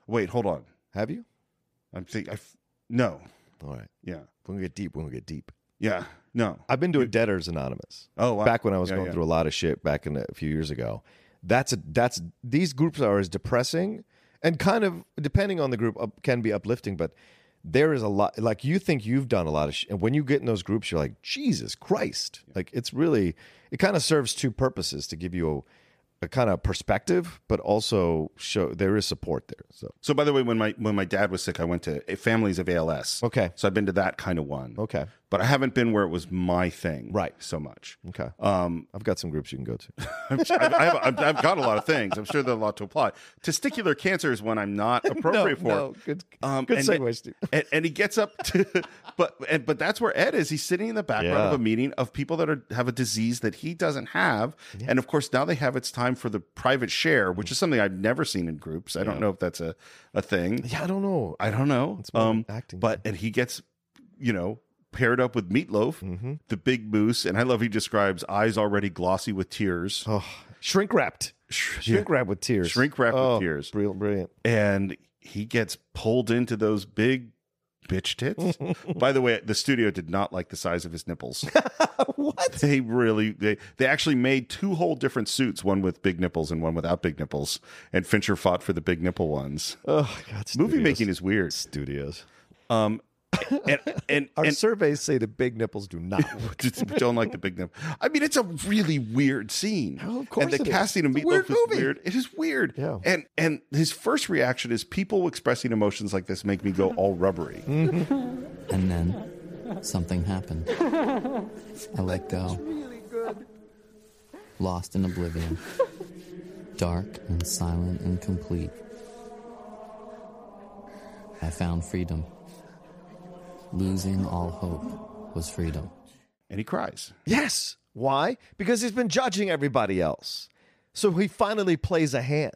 Wait, hold on. Have you? I'm think I f- no. All right. Yeah. We're going to get deep. We're going to get deep. Yeah. No. I've been doing Debtors Anonymous. Oh, wow. back when I was Yeah, going yeah. through a lot of shit back in a few years ago. That's a that's these groups are as depressing and kind of depending on the group up, can be uplifting, but there is a lot like you think you've done a lot of shit, and when you get in those groups, you're like Jesus Christ! Like it's really it kind of serves two purposes to give you a, a kind of perspective, but also show there is support there. So So by the way, when my when my dad was sick, I went to eh, families of ALS. Okay. So I've been to that kind of one. Okay. But I haven't been where it was my thing. Right. So much. okay, um, I've got some groups you can go to. I'm sure- I've, I've, I've, I've got a lot of things. I'm sure there's a lot to apply. Testicular cancer is one I'm not appropriate for. <laughs> Um, no, good- good and- segue, Steve. And, and he gets up <laughs> to, but and, but that's where Ed is. He's sitting in the background Yeah. of a meeting of people that are have a disease that he doesn't have, and of course now they have it's time for the private share, which is something I've never seen in groups. I don't know if that's a a thing. <laughs> Yeah, I don't know. I don't know. Um, It's more acting. but and he gets, you know, paired up with Meatloaf, Mm-hmm. the big moose, and I love he describes eyes already glossy with tears. Shrink wrapped. Shrink wrapped with tears. Shrink wrapped with Oh, tears. brill- Brilliant. and he gets pulled into those big bitch <laughs> tits. By the way, the studio did not like the size of his nipples. what? They really they they actually made two whole different suits, one with big nipples and one without big nipples, and Fincher fought for the big nipple ones. Oh God. Movie making is <laughs> weird. studios. And and, Our and <laughs> surveys say the big nipples do not. work. don't like the big nipple. I mean, it's a really weird scene. Oh, of course and the it is. casting of It's a Meatloaf is weird movie. weird. It is weird. Yeah. And and his first reaction is people expressing emotions like this make me go all rubbery. And then something happened. I let go. Lost in oblivion. Dark and silent and complete. I found freedom. Losing all hope was freedom. and he cries. yes. Why? Because he's been judging everybody else. So he finally plays a hand,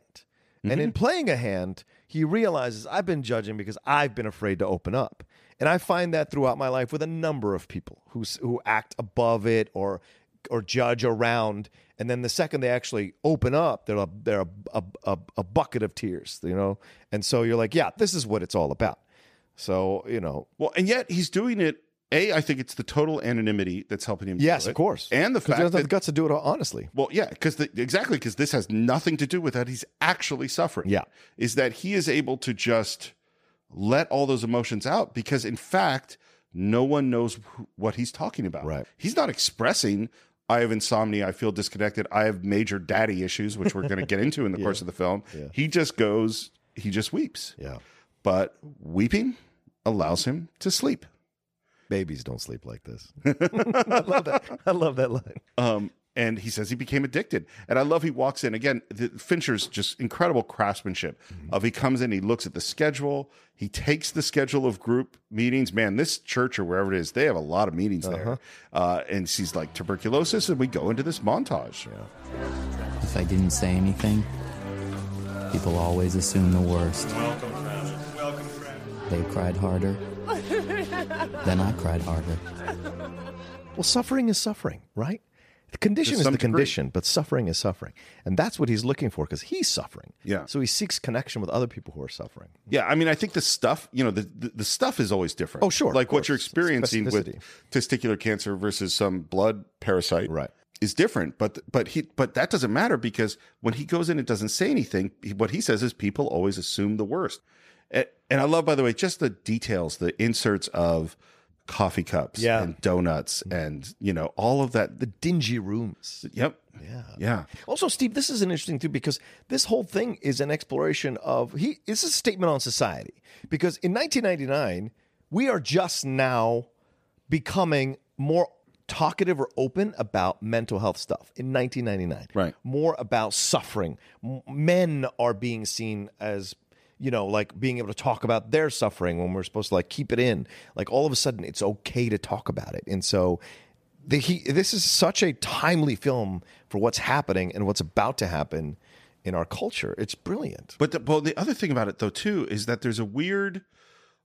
and Mm-hmm. in playing a hand, he realizes I've been judging because I've been afraid to open up. And I find that throughout my life with a number of people who s- who act above it or or judge around. And then the second they actually open up, they're a, they're a, a, a, a bucket of tears, you know. And so you're like, yeah, this is what it's all about. So you know, Well, and yet he's doing it. A, I think it's the total anonymity that's helping him. do yes, it. of course, and the 'Cause he fact doesn't have the that. guts to do it honestly. Well, yeah, because exactly because this has nothing to do with that. He's actually suffering. Yeah. is that he is able to just let all those emotions out because, in fact, no one knows wh- what he's talking about. Right. he's not expressing. I have insomnia. I feel disconnected. I have major daddy issues, which we're going to get into <laughs> in the course of the film. He just goes. He just weeps. Yeah, But weeping allows him to sleep. babies don't sleep like this. <laughs> I love that. I love that line. Um, and he says he became addicted. And I love he walks in again. The, Fincher's just incredible craftsmanship. Mm-hmm. Of he comes in, he looks at the schedule, he takes the schedule of group meetings. Man, this church or wherever it is, they have a lot of meetings Uh-huh. there. Uh, and she's like tuberculosis, and we go into this montage. If I didn't say anything, people always assume the worst. Welcome, Travis. They cried harder. then I cried harder. Well, suffering is suffering, right? The condition To is the some degree. condition, but suffering is suffering. And that's what he's looking for because he's suffering. Yeah. So he seeks connection with other people who are suffering. Yeah, I mean, I think the stuff, you know, the the, the stuff is always different. Oh, sure, like of what you're course. It's experiencing with specificity. testicular cancer versus some blood parasite, Right. is different. But but he but that doesn't matter because when he goes in and doesn't say anything, he- what he says is people always assume the worst. And, and I love, by the way, just the details, the inserts of coffee cups Yeah. Mm. and donuts and you know all of that. The dingy rooms. Yep. Yeah. Yeah. Also, Steve, this is an interesting too because this whole thing is an exploration of he. It's a statement on society because in 1999 we are just now becoming more talkative or open about mental health stuff in 1999 Right. more about suffering M- men are being seen as you know like being able to talk about their suffering when we're supposed to like keep it in like all of a sudden it's okay to talk about it and so the, he, this is such a timely film for what's happening and what's about to happen in our culture it's brilliant But the, well, the other thing about it though too is that there's a weird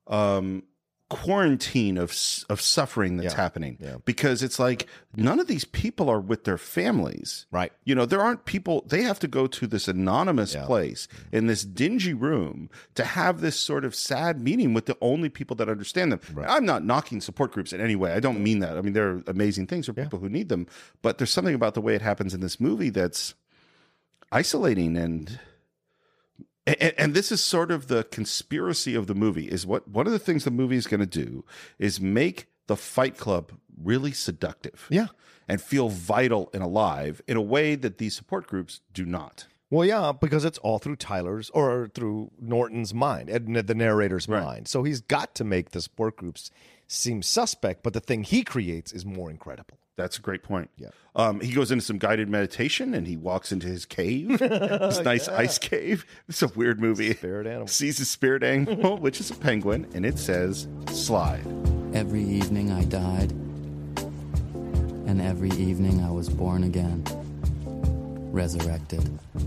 um, quarantine of s- of suffering that's Yeah. happening Yeah. because it's like none of these people are with their families, Right. You know, there aren't people. They have to go to this anonymous Yeah. place in this dingy room to have this sort of sad meeting with the only people that understand them. I'm not knocking support groups in any way. I don't mean that. I mean they're amazing things for people who need them. But there's something about the way it happens in this movie that's isolating and and, and this is sort of the conspiracy of the movie is what one of the things the movie is going to do is make the fight club really seductive Yeah. and feel vital and alive in a way that these support groups do not Well, yeah, because it's all through Tyler's or through Norton's mind, and the narrator's mind. So he's got to make the support groups seem suspect, but the thing he creates is more incredible. that's a great point. Yeah. Um, he goes into some guided meditation and he walks into his <laughs> cave, this nice ice cave. It's a weird movie. Spirit animal. Sees his spirit animal, which is a penguin, and it says slide. Every evening I died, and every evening I was born again, resurrected.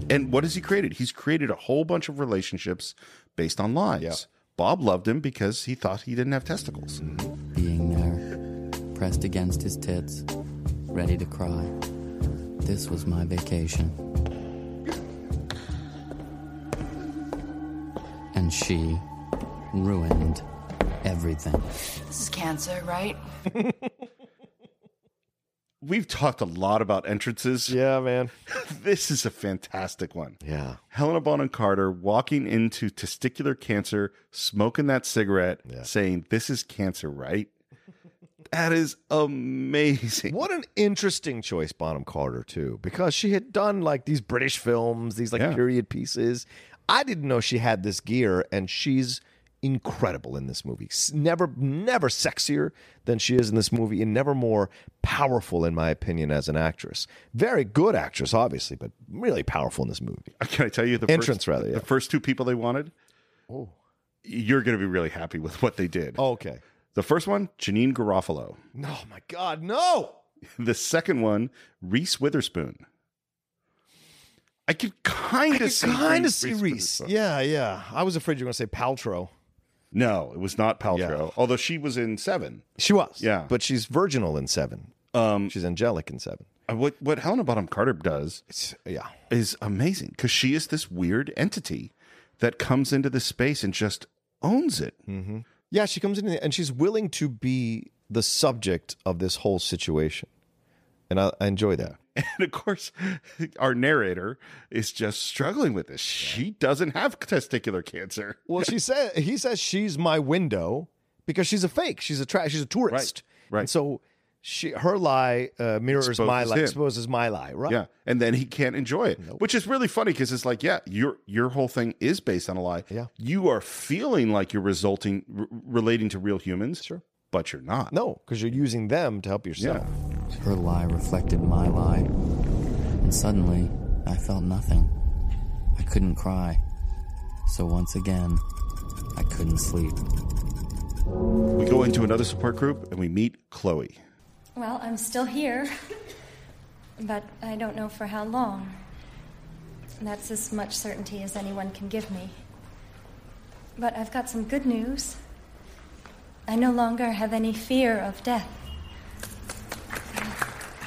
And what has he created? He's created a whole bunch of relationships based on lies. Yeah. Bob loved him because he thought he didn't have testicles. being there, pressed against his tits, ready to cry. This was my vacation. And she ruined everything. This is cancer, right? We've talked a lot about entrances. Yeah, man. <laughs> This is a fantastic one. Yeah. Helena Bonham Carter walking into testicular cancer, smoking that cigarette, saying, This is cancer, right? <laughs> That is amazing. What an interesting choice, Bonham Carter, too, because she had done like these British films, these like Yeah. period pieces. I didn't know she had this gear, and she's incredible in this movie. S- Never, never sexier than she is in this movie, and never more powerful, in my opinion, as an actress. Very good actress, obviously, but really powerful in this movie. Uh, Can I tell you the Entrance, first, rather, yeah. The first two people they wanted? You're going to be really happy with what they did. Okay. The first one, Janine Garofalo. No, my God, no. The second one, Reese Witherspoon. I could kind of see Kind of see Reese. Witherspoon. Yeah, yeah. I was afraid you were going to say Paltrow. No, it was not Paltrow. Yeah. Although she was in Seven. She was. Yeah. But she's virginal in Seven. Um, she's angelic in Seven. Uh, What what Helena Bonham Carter does It's, yeah. is amazing because she is this weird entity that comes into this space and just owns it. Yeah, she comes in and she's willing to be the subject of this whole situation. And I, I enjoy that. <laughs> And of course, <laughs> our narrator is just struggling with this. She doesn't have testicular cancer. Well, she said he says she's my window because she's a fake. She's a tra- she's a tourist. Right, right. And so she her lie uh, mirrors my Exposes lie, him. exposes my lie, right? Yeah, and then he can't enjoy it, which is really funny because it's like, yeah, your your whole thing is based on a lie. Yeah. you are feeling like you're resulting r- relating to real humans, sure, but you're not. No, because you're using them to help yourself. Her lie reflected my lie. And suddenly, I felt nothing. I couldn't cry. So once again, I couldn't sleep. we go into another support group and we meet Chloe. Well, I'm still here, but I don't know for how long. That's as much certainty as anyone can give me. But I've got some good news. I no longer have any fear of death.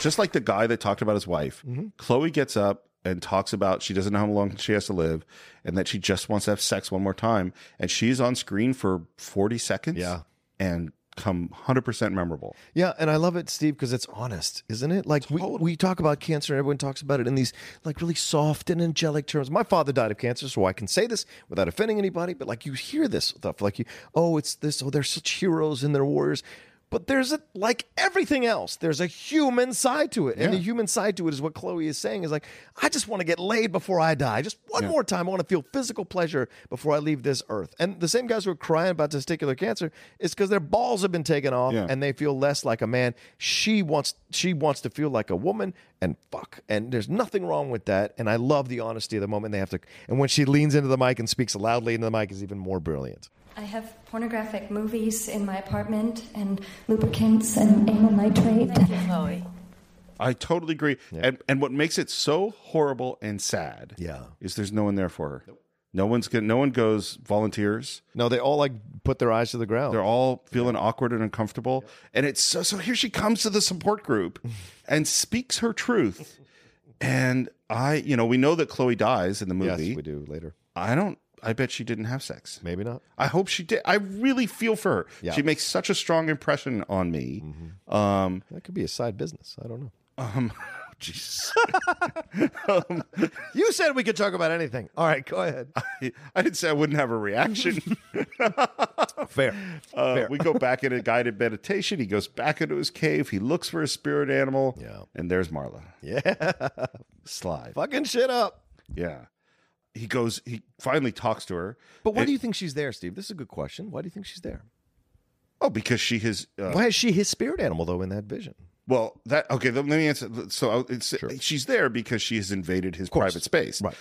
Just like the guy that talked about his wife, Mm-hmm. Chloe gets up and talks about she doesn't know how long she has to live and that she just wants to have sex one more time. And she's on screen for 40 seconds Yeah. and come 100% memorable. Yeah, and I love it, Steve, because it's honest, isn't it? Like we, we talk about cancer, and everyone talks about it in these like really soft and angelic terms. My father died of cancer, so I can say this without offending anybody. But like you hear this stuff, like you, oh, it's this, oh, they're such heroes and they're warriors. But there's a like everything else. There's a human side to it, and the human side to it is what Chloe is saying is like, I just want to get laid before I die, just one more time. I want to feel physical pleasure before I leave this earth. And the same guys who are crying about testicular cancer is because their balls have been taken off, Yeah. and they feel less like a man. She wants she wants to feel like a woman and fuck. And there's nothing wrong with that. And I love the honesty of the moment they have to and when she leans into the mic and speaks loudly into the mic is even more brilliant. I have pornographic movies in my apartment and lubricants and amyl nitrate. Thank you, Chloe. I totally agree. And, and what makes it so horrible and sad Yeah. is there's no one there for her. No one's gonna, no one goes volunteers. No, they all like put their eyes to the ground. They're all feeling awkward and uncomfortable. And it's so so here she comes to the support <laughs> group and speaks her truth. And I, you know, we know that Chloe dies in the yes, movie. we do later. I don't I bet she didn't have sex. Maybe not. I hope she did. I really feel for her. Yeah. Mm-hmm. She makes such a strong impression on me. Um, That could be a side business. I don't know. <laughs> oh, <laughs> Jesus. Um, You said we could talk about anything. All right, go <laughs> ahead. <laughs> Oh, I didn't say I wouldn't have a <laughs> reaction. Fair. Uh, Fair. we go back into guided meditation. He goes back into his cave. He looks for his spirit animal. Yeah. And there's Marla. Yeah. Slide. Fucking shit up. Yeah. He goes, he finally talks to her. But why It- do you think she's there, Steve? This is a good question. Why do you think she's there? Oh, because she has. Uh, Why is she his spirit animal though in that vision? well, that. Okay, let me answer. So it's, she's there because she has invaded his private space. Right.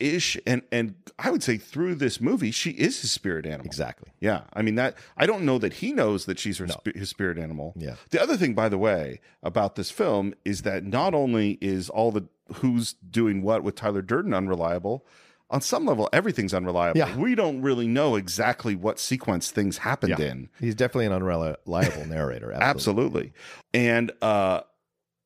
Is she, and, and I would say through this movie, she is his spirit animal. Exactly. Yeah, I mean that. I don't know that he knows that she's her sp- his spirit animal. Yeah. The other thing, by the way, about this film is that not only is all the who's doing what with Tyler Durden unreliable, on some level everything's unreliable. Yeah. We don't really know exactly what sequence things happened Yeah. in. He's definitely an unreliable narrator. Absolutely. Absolutely. And uh,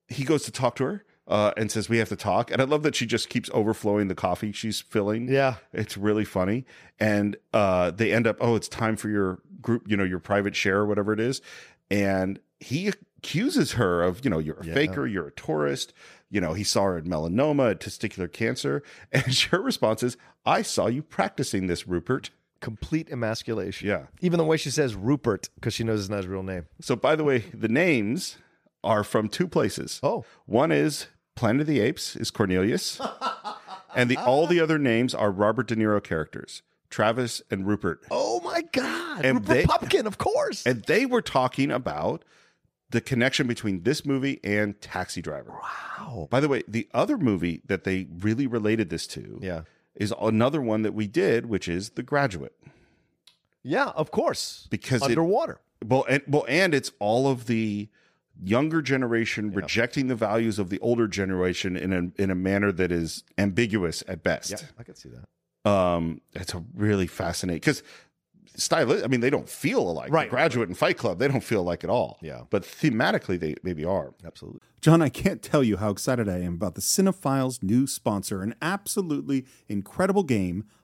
he goes to talk to her. Uh, and says we have to talk, and I love that she just keeps overflowing the coffee she's filling. Yeah. It's really funny. And uh, they end up, oh, it's time for your group, you know, your private share or whatever it is. And he accuses her of, you know, you're a faker, you're a tourist. You know, he saw her at melanoma, at testicular cancer. <laughs> And her response is, I saw you practicing this, Rupert. Complete emasculation. Yeah. Even the way she says Rupert, because she knows it's not his real name. So, by the way, the names are from two places. Oh. One is Planet of the Apes is Cornelius, and the all the other names are Robert De Niro characters, Travis and Rupert. Oh my God. And Rupert they- Pupkin, of course. And they were talking about the connection between this movie and Taxi Driver. Wow. By the way, the other movie that they really related this to Yeah. is another one that we did, which is The Graduate. yeah, of course. Because it- underwater. Well, and well, and it's all of the younger generation rejecting the values of the older generation in a in a manner that is ambiguous at best. I could see that. Um, it's a really fascinating because styli I mean, they don't feel alike. Right. The Graduate and Fight Club, they don't feel alike at all. Yeah. but thematically, they maybe are. Absolutely. John, I can't tell you how excited I am about the Cinephiles' new sponsor, an absolutely incredible game,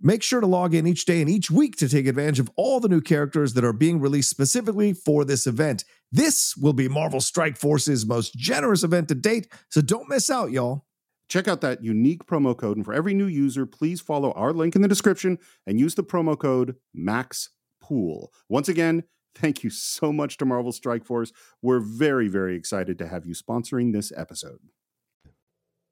Make sure to log in each day and each week to take advantage of all the new characters that are being released specifically for this event. This will be Marvel Strike Force's most generous event to date, so don't miss out, y'all. Check out that unique promo code. And for every new user, please follow our link in the description and use the promo code MAXPOOL. Once again, thank you so much to Marvel Strike Force. We're very, very excited to have you sponsoring this episode.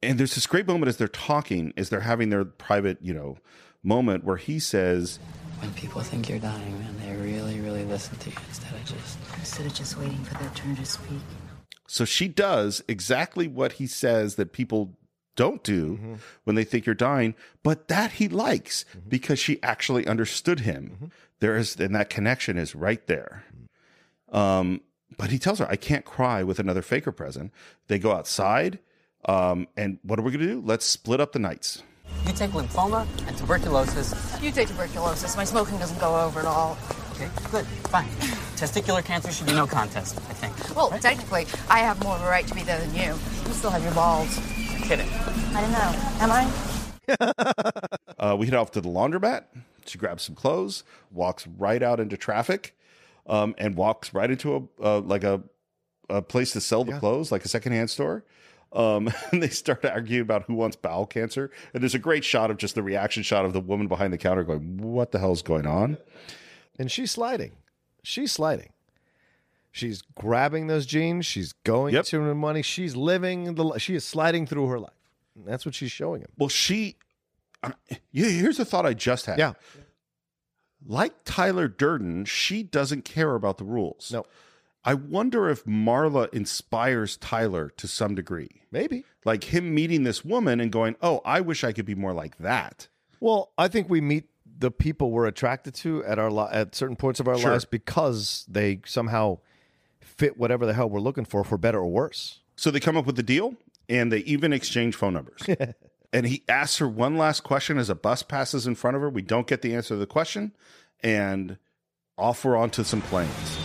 And there's this great moment as they're talking, as they're having their private, you know, moment where he says, When people think you're dying, man, they really, really listen to you instead of just. Instead of just waiting for their turn to speak. So she does exactly what he says that people don't do when they think you're dying, but that he likes because she actually understood him. There is, and that connection is right there. Um, but he tells her, I can't cry with another faker present. They go outside. Um, and what are we going to do? Let's split up the nights. You take lymphoma and tuberculosis. You take tuberculosis. My smoking doesn't go over at all. Okay, good, fine. Testicular cancer should be no contest, I think. Well, technically, I have more of a right to be there than you. You still have your balls. You're kidding. I don't know. Am I? Uh, we head off to the laundromat. She grabs some clothes, walks right out into traffic, um, and walks right into a uh, like a a place to sell the clothes, like a secondhand store. Um, <laughs> and they start arguing about who wants bowel cancer. And there's a great shot of just the reaction shot of the woman behind the counter going, "What the hell's going on?" And she's sliding. She's sliding. She's grabbing those jeans. She's going to her money. She's living the. li- She is sliding through her life. That's what she's showing him. Well, she. Uh, yeah, here's a thought I just had. Yeah. Like Tyler Durden, she doesn't care about the rules. No. I wonder if Marla inspires Tyler to some degree. Maybe. Like him meeting this woman and going, "Oh, I wish I could be more like that." Well, I think we meet the people we're attracted to at our li- at certain points of our Sure. lives because they somehow fit whatever the hell we're looking for, for better or worse. So they come up with the deal and they even exchange phone <laughs> numbers. and he asks her one last question as a bus passes in front of her. We don't get the answer to the question and off we're onto some planes.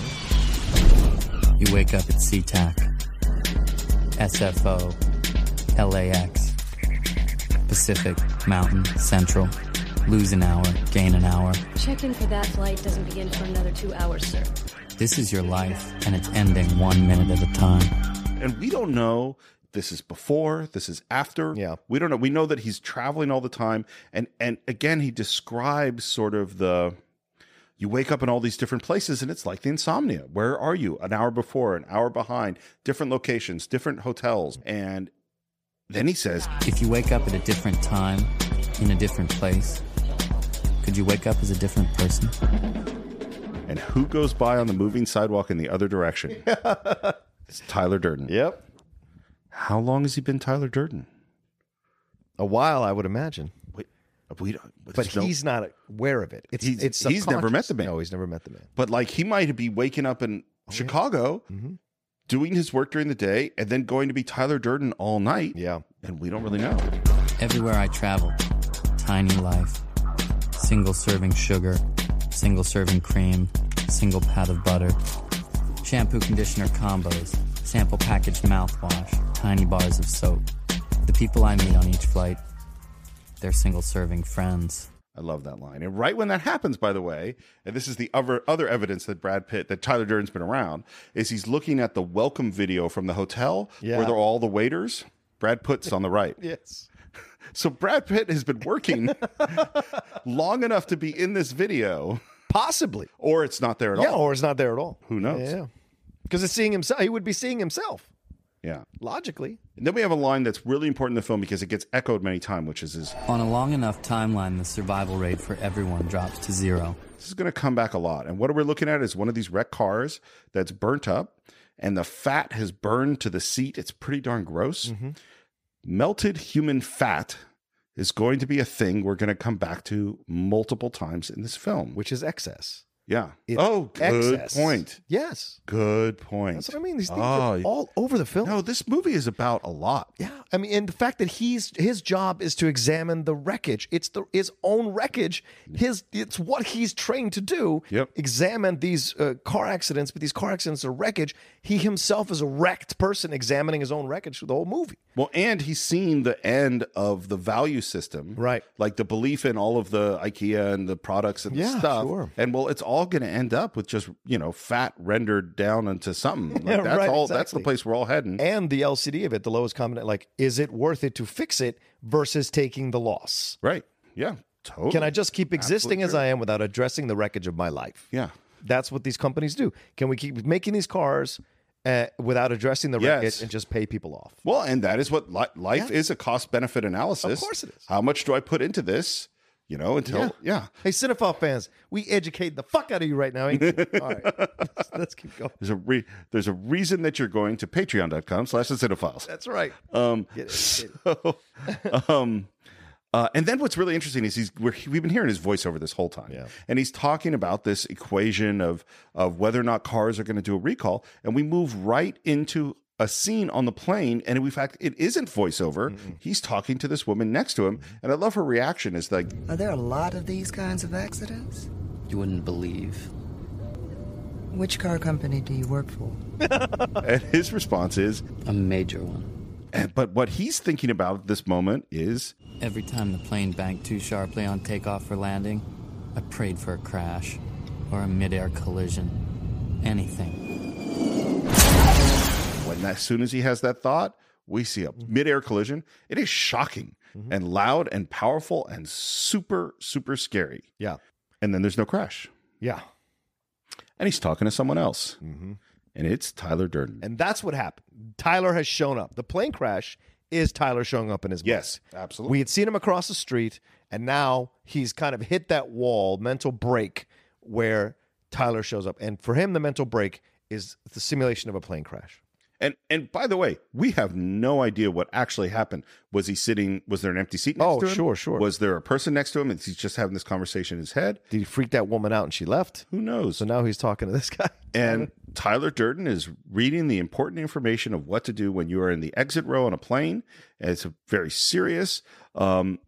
You wake up at SeaTac, SFO, LAX, Pacific, Mountain, Central. Lose an hour, gain an hour. Check in for that flight doesn't begin for another two hours, sir. This is your life, and it's ending one minute at a time. and we don't know this is before this is after yeah we don't know we know that he's traveling all the time and and again he describes sort of the you wake up in all these different places and it's like the insomnia where are you an hour before an hour behind different locations different hotels and then he says If you wake up at a different time, in a different place, could you wake up as a different person? and who goes by on the moving sidewalk in the other <laughs> direction it's tyler durden yep how long has he been tyler durden a while i would imagine Wait, we don't, But he's not aware of it. It's He's- it's he's never met the man. No, he's never met the man. Oh, but like he might be waking up in Chicago, Mm-hmm. doing his work during the day, and then going to be Tyler Durden all night. Yeah, and we don't really know. Everywhere I travel, tiny life, single serving sugar, single serving cream, single pat of butter, shampoo conditioner combos, sample packaged mouthwash, tiny bars of soap. The people I meet on each flight, they're single serving friends. I love that line. And right when that happens, by the way, and this is the other other evidence that Brad Pitt, that Tyler Durden's been around, is he's looking at the welcome video from the hotel Yeah. where they're all the waiters. Brad Pitt's on the right. Yes. So Brad Pitt has been <laughs> working long enough to be in this video. Possibly. Or it's not there at yeah, all. or it's not there at all. Oh. Who knows? Yeah, because it's seeing himself. He would be seeing himself Yeah. logically. And then we have a line that's really important in the film because it gets echoed many times, which is is On a long enough timeline, the survival rate for everyone drops to zero. this is going to come back a lot. And what we're looking at is one of these wrecked cars that's burnt up and the fat has burned to the seat. It's pretty darn gross. Mm-hmm. Melted human fat is going to be a thing we're going to come back to multiple times in this film. Which is excess. Yeah. It's oh, good excess. point. Yes, Good point. Ah, that's what I mean. These things are all over the film. No, this movie is about a lot. Yeah, I mean, and the fact that he's his job is to examine the wreckage. It's the his own wreckage. His it's what he's trained to do. Yep. Examine these uh, car accidents, but these car accidents are wreckage. He himself is a wrecked person examining his own wreckage through the whole movie. Well, and he's seen the end of the value system, Right. Like the belief in all of the IKEA and the products and Yeah, stuff. sure. And well, it's all all going to end up with just you know fat rendered down into <laughs> something. Like, Yeah, that's right, all. That's the exactly. place we're all heading. and the LCD of it, the lowest common, like, is it worth it to fix it versus taking the loss? Right. Yeah. Totally. Can I just keep Absolutely existing as true. I am without addressing the wreckage of my life? Yeah. That's what these companies do. Can we keep making these cars uh, without addressing the wreckage Yes. and just pay people off? Well, and that is what li- life is a cost benefit analysis. Of course it is. How much do I put into this? You know, until yeah. Hey, Cinephile fans, we educate the fuck out of you right now. eh? Ain't we? All right. Let's, let's keep going. There's a re- there's a reason that you're going to patreon.com slash the cinephiles. That's right. Um, Get it, so, <laughs> um, uh, and then what's really interesting is he's we're, we've been hearing his voiceover this whole time, and he's talking about this equation of of whether or not cars are going to do a recall, and we move right into a scene on the plane, and in fact, it isn't voiceover. He's talking to this woman next to Mm-hmm. him, and I love her reaction. Is like, <laughs> Are there a lot of these kinds of accidents? You wouldn't believe. Which car company do you work for? and his response is a major one. And, but what he's thinking about at this moment is Every time the plane banked too sharply on takeoff or landing, I prayed for a crash or a midair collision. Anything. when that, as soon as he has that thought, we see a Mm-hmm. midair collision. It is shocking and loud and powerful and super, super scary. Yeah. And then there's no crash. Yeah. Mm-hmm. And he's talking to someone else. And it's Tyler Durden. And that's what happened. Tyler has shown up. The plane crash is Tyler showing up in his Yes, mind. absolutely. We had seen him across the street, and now he's kind of hit that wall, mental break, where Tyler shows up. And for him, the mental break is the simulation of a plane crash. And and by the way, we have no idea what actually happened. Was he sitting? Was there an empty seat? Next Oh, to him? sure, sure. Was there a person next to him, and he's just having this conversation in his head? Did he freak that woman out and she left? Who knows? So now he's talking to this <laughs> guy. And Tyler Durden is reading the important information of what to do when you are in the exit row on a plane. And it's very serious. Um,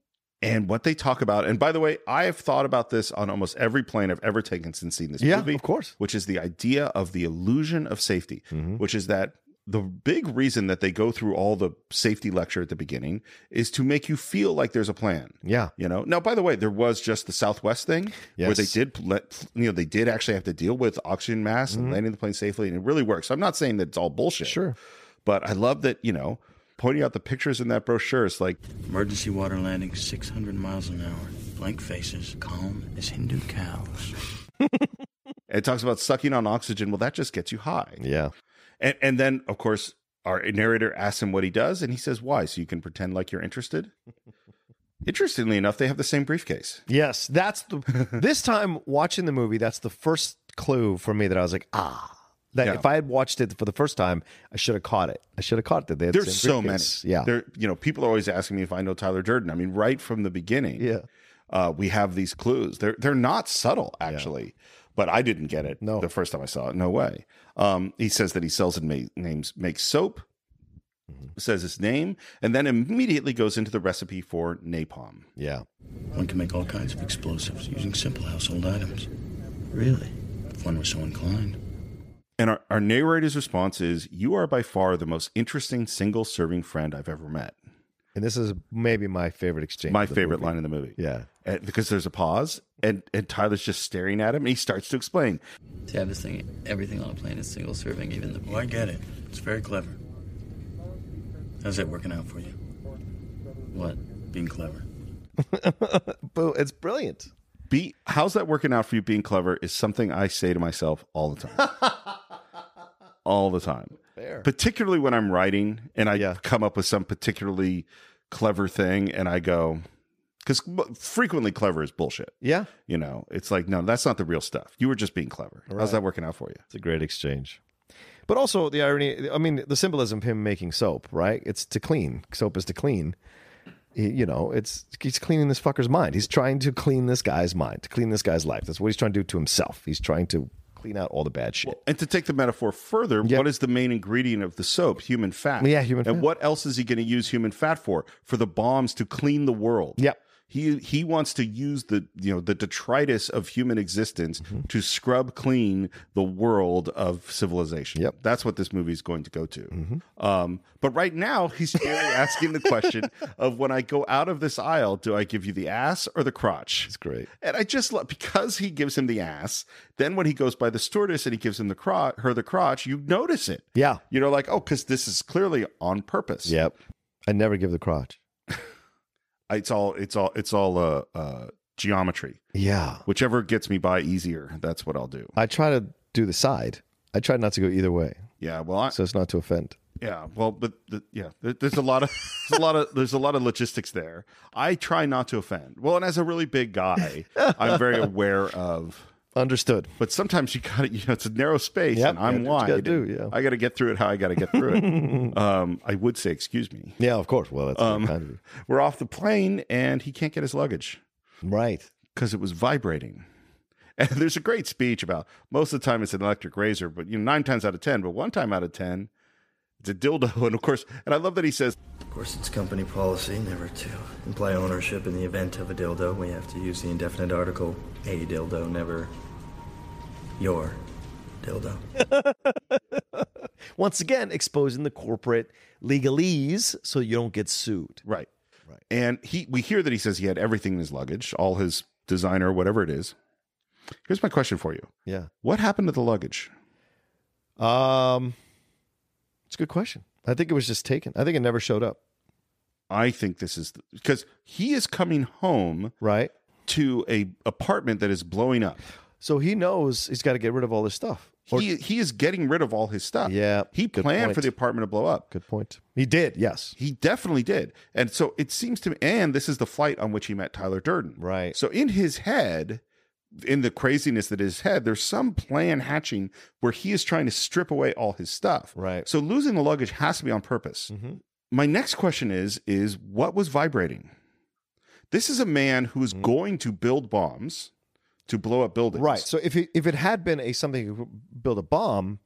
and what they talk about, and by the way, I have thought about this on almost every plane I've ever taken since seeing this Yeah, movie. of course. Mm-hmm. Which is the idea of the illusion of safety, which is that the big reason that they go through all the safety lecture at the beginning is to make you feel like there's a plan. Yeah. You know, now by the way, there was just the Southwest thing where they Yes. did let you know they did actually have to deal with oxygen mass and landing the plane safely, and it really works. I'm not saying that it's all bullshit, Mm-hmm. Sure. but I love that you know pointing out the pictures in that brochure. It's like Emergency water landing 600 miles an hour. Blank faces, calm as Hindu cows. it talks about sucking on oxygen. Well, that just gets you high, Yeah. and and then of course our narrator asks him what he does, and he says why, so you can pretend like you're interested. Interestingly enough, they have the same briefcase. Yes, that's <laughs> the this time watching the movie, that's the first clue for me that I was like, ah. That Yeah. if I had watched it for the first time, I should have caught it. I should have caught that. They had the There's same so many. briefcase. Yeah. There, you know, people are always asking me if I know Tyler Durden. I mean, right from the beginning, Yeah. uh, we have these clues. They're they're not subtle actually, but I didn't get it no. the first time I saw it. No way. Um, he says that he sells and ma- names makes soap. Mm-hmm. Says his name, and then immediately goes into the recipe for napalm. Yeah. One can make all kinds of explosives using simple household items. Really? If one were so inclined. And our, our narrator's response is, "You are by far the most interesting single serving friend I've ever met." And this is maybe my favorite exchange. My of the favorite movie. line in the movie. Yeah. And- because there's a pause, and and Tyler's just staring at him, and he starts to explain. To have this thing, everything on a plane is single serving, even the. Well, Oh, I get it. It's very clever. How's that working out for you? What? Being clever. Boo, it's brilliant. Be how's that working out for you? Being clever is something I say to myself all the <laughs> time, all the time. Fair. Particularly when I'm writing and I come up with some particularly clever thing, and I go because frequently clever is bullshit. Yeah. You know, it's like no, that's not the real stuff. You were just being clever. How's that working out for you? It's a great exchange. But also the irony, I mean, the symbolism of him making soap, right? It's to clean. Soap is to clean. He- you know, it's he's cleaning this fucker's mind. He's trying to clean this guy's mind, to clean this guy's life. That's what he's trying to do to himself. He's trying to clean out all the bad shit. And to take the metaphor further, what is the main ingredient of the soap? Human fat. Yeah, human And fat. what else is he going to use human fat for? For the bombs to clean the world. Yep. He he wants to use the you know the detritus of human existence Mm-hmm. to scrub clean the world of civilization. Yep, that's what this movie is going to go to. Mm-hmm. Um, but right now, he's <laughs> merely asking the question of when I go out of this aisle, do I give you the ass or the crotch? It's great. And I just love because he gives him the ass. Then when he goes by the stewardess and he gives him the crotch, her the crotch, you notice it. Yeah. You know, like oh, because this is clearly on purpose. Yep. I never give the crotch. It's all it's all it's all uh, uh geometry. Yeah. Whichever gets me by easier, that's what I'll do. I try to do the side. I try not to go either way. Yeah. Well, I, So as not to offend. Yeah, well, but the, yeah, there, there's a lot of <laughs> there's a lot of there's a lot of logistics there. I try not to offend. Well, and as a really big guy, I'm very aware of. Understood. But sometimes you got to you know it's a narrow space, Yep, and I'm yeah, what you wide. gotta do, and yeah. I got to get through it how I got to get through <laughs> it. um, I would say, excuse me. Yeah, of course. Well, that's Um, kind of you. We're off the plane, and he can't get his luggage Right. because it was vibrating. And <laughs> there's a great speech about most of the time it's an electric razor, but you know nine times out of ten, but one time out of ten, it's a dildo. <laughs> And of course, and I love that he says Of course, it's company policy never to imply ownership in the event of a dildo. We have to use the indefinite article a dildo, never your dildo. Once again, exposing the corporate legalese so you don't get sued. Right. Right. And he we hear that he says he had everything in his luggage, all his designer, whatever it is. Here's my question for you. Yeah. What happened to the luggage? Um, it's a good question. I think it was just taken. I think it never showed up. I think this is because he is coming home Right. to a apartment that is blowing up. So he knows he's got to get rid of all this stuff. Or- he he is getting rid of all his stuff. Yeah, He good planned point. for the apartment to blow up. good point. He did. Yes. He definitely did. And so it seems to me, and this is the flight on which he met Tyler Durden. Right. So in his head, in the craziness that is his head, there's some plan hatching where he is trying to strip away all his stuff. Right. Mm-hmm. So losing the luggage has to be on purpose. My next question is is what was vibrating? This is a man who is going to build bombs to blow up buildings. Mm-hmm. Right. So if it, if it had been a something who built a bomb,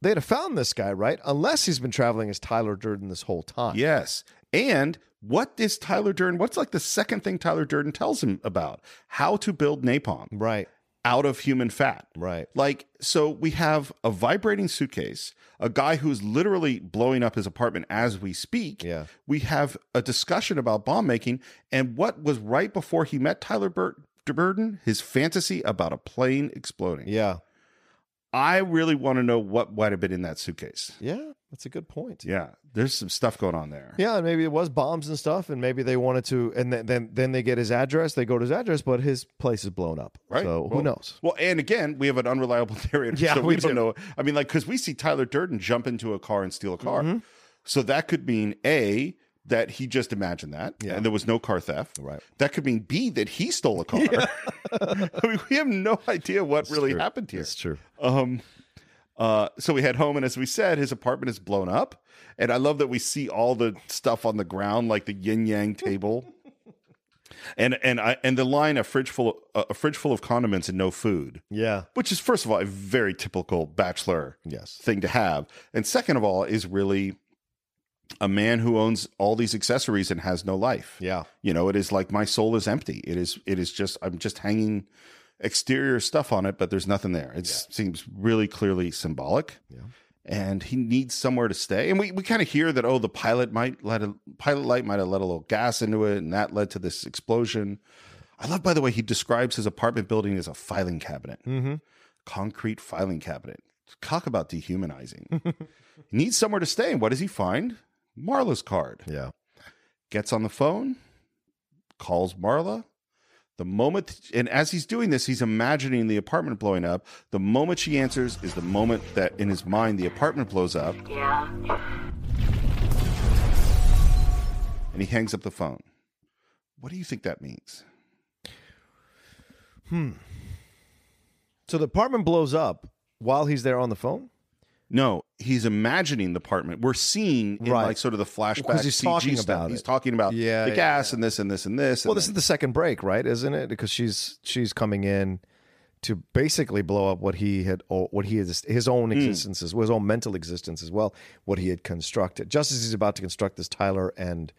they'd have found this guy, right? Unless he's been traveling as Tyler Durden this whole time. Yes. And what is Tyler Durden? What's like the second thing Tyler Durden tells him about? How to build napalm. Right. out of human fat. Right. Like, so we have a vibrating suitcase, a guy who's literally blowing up his apartment as we speak. Yeah. We have a discussion about bomb making and what was right before he met Tyler Bur- Burden, his fantasy about a plane exploding. Yeah. I really want to know what might have been in that suitcase. Yeah. That's a good point. Yeah. There's some stuff going on there. Yeah, and maybe it was bombs and stuff, and maybe they wanted to, and then then, then they get his address. They go to his address, but his place is blown up. Right. So who Well- knows? Well, and again, we have an unreliable narrator. <laughs> Yeah, so we, we don't do. know. I mean, like, because we see Tyler Durden jump into a car and steal a car. Mm-hmm. So that could mean A, that he just imagined that and there was no car theft. Right. That could mean B, that he stole a car. <laughs> I mean, we have no idea what really true. happened here. That's true. Um, uh, so we head home, and as we said, his apartment is blown up. And I love that we see all the stuff on the ground, like the yin yang table, and and I and the line a fridge full of, a fridge full of condiments and no food, Yeah. which is first of all a very typical bachelor Yes. thing to have, and second of all is really a man who owns all these accessories and has no life. Yeah. You know, it is like my soul is empty. It is it is just I'm just hanging exterior stuff on it, but there's nothing there. It seems really clearly symbolic. Yeah. And he needs somewhere to stay. And we, we kind of hear that, oh, the pilot might let a pilot light might have let a little gas into it, and that led to this explosion. I love, by the way, he describes his apartment building as a filing cabinet, concrete filing cabinet. Talk about dehumanizing. he needs somewhere to stay. And what does he find? Marla's card Yeah. gets on the phone, calls Marla. The moment, and as he's doing this, he's imagining the apartment blowing up. The moment she answers is the moment that in his mind the apartment blows up, Yeah. and he hangs up the phone. What do you think that means? So the apartment blows up while he's there on the phone. No, he's imagining the apartment. We're seeing in Right. like sort of the flashback Because he's CG talking stuff. about He's it. talking about Yeah, the yeah, gas and this and this and this. Well, and this is the second break, right? Isn't it? Because she's she's coming in to basically blow up what he had, or what he is his own Hmm. existence, as well, his own mental existence as well, what he had constructed. Just as he's about to construct this Tyler and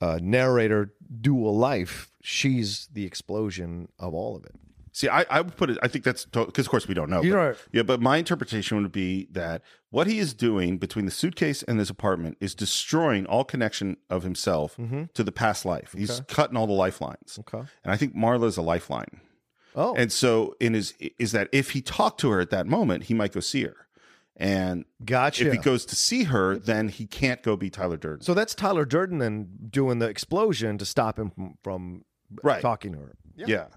uh, narrator dual life, she's the explosion of all of it. See, I, I would put it. I think that's because, of course, we don't know. You but, don't- Yeah, but my interpretation would be that what he is doing between the suitcase and this apartment is destroying all connection of himself Mhm. to the past life. He's Okay. cutting all the lifelines. Okay. and I think Marla's a lifeline. Oh. and so in his is that if he talked to her at that moment, he might go see her. And Gotcha. If he goes to see her, then he can't go be Tyler Durden. So that's Tyler Durden then doing the explosion to stop him from, from Right. talking to her. Yeah.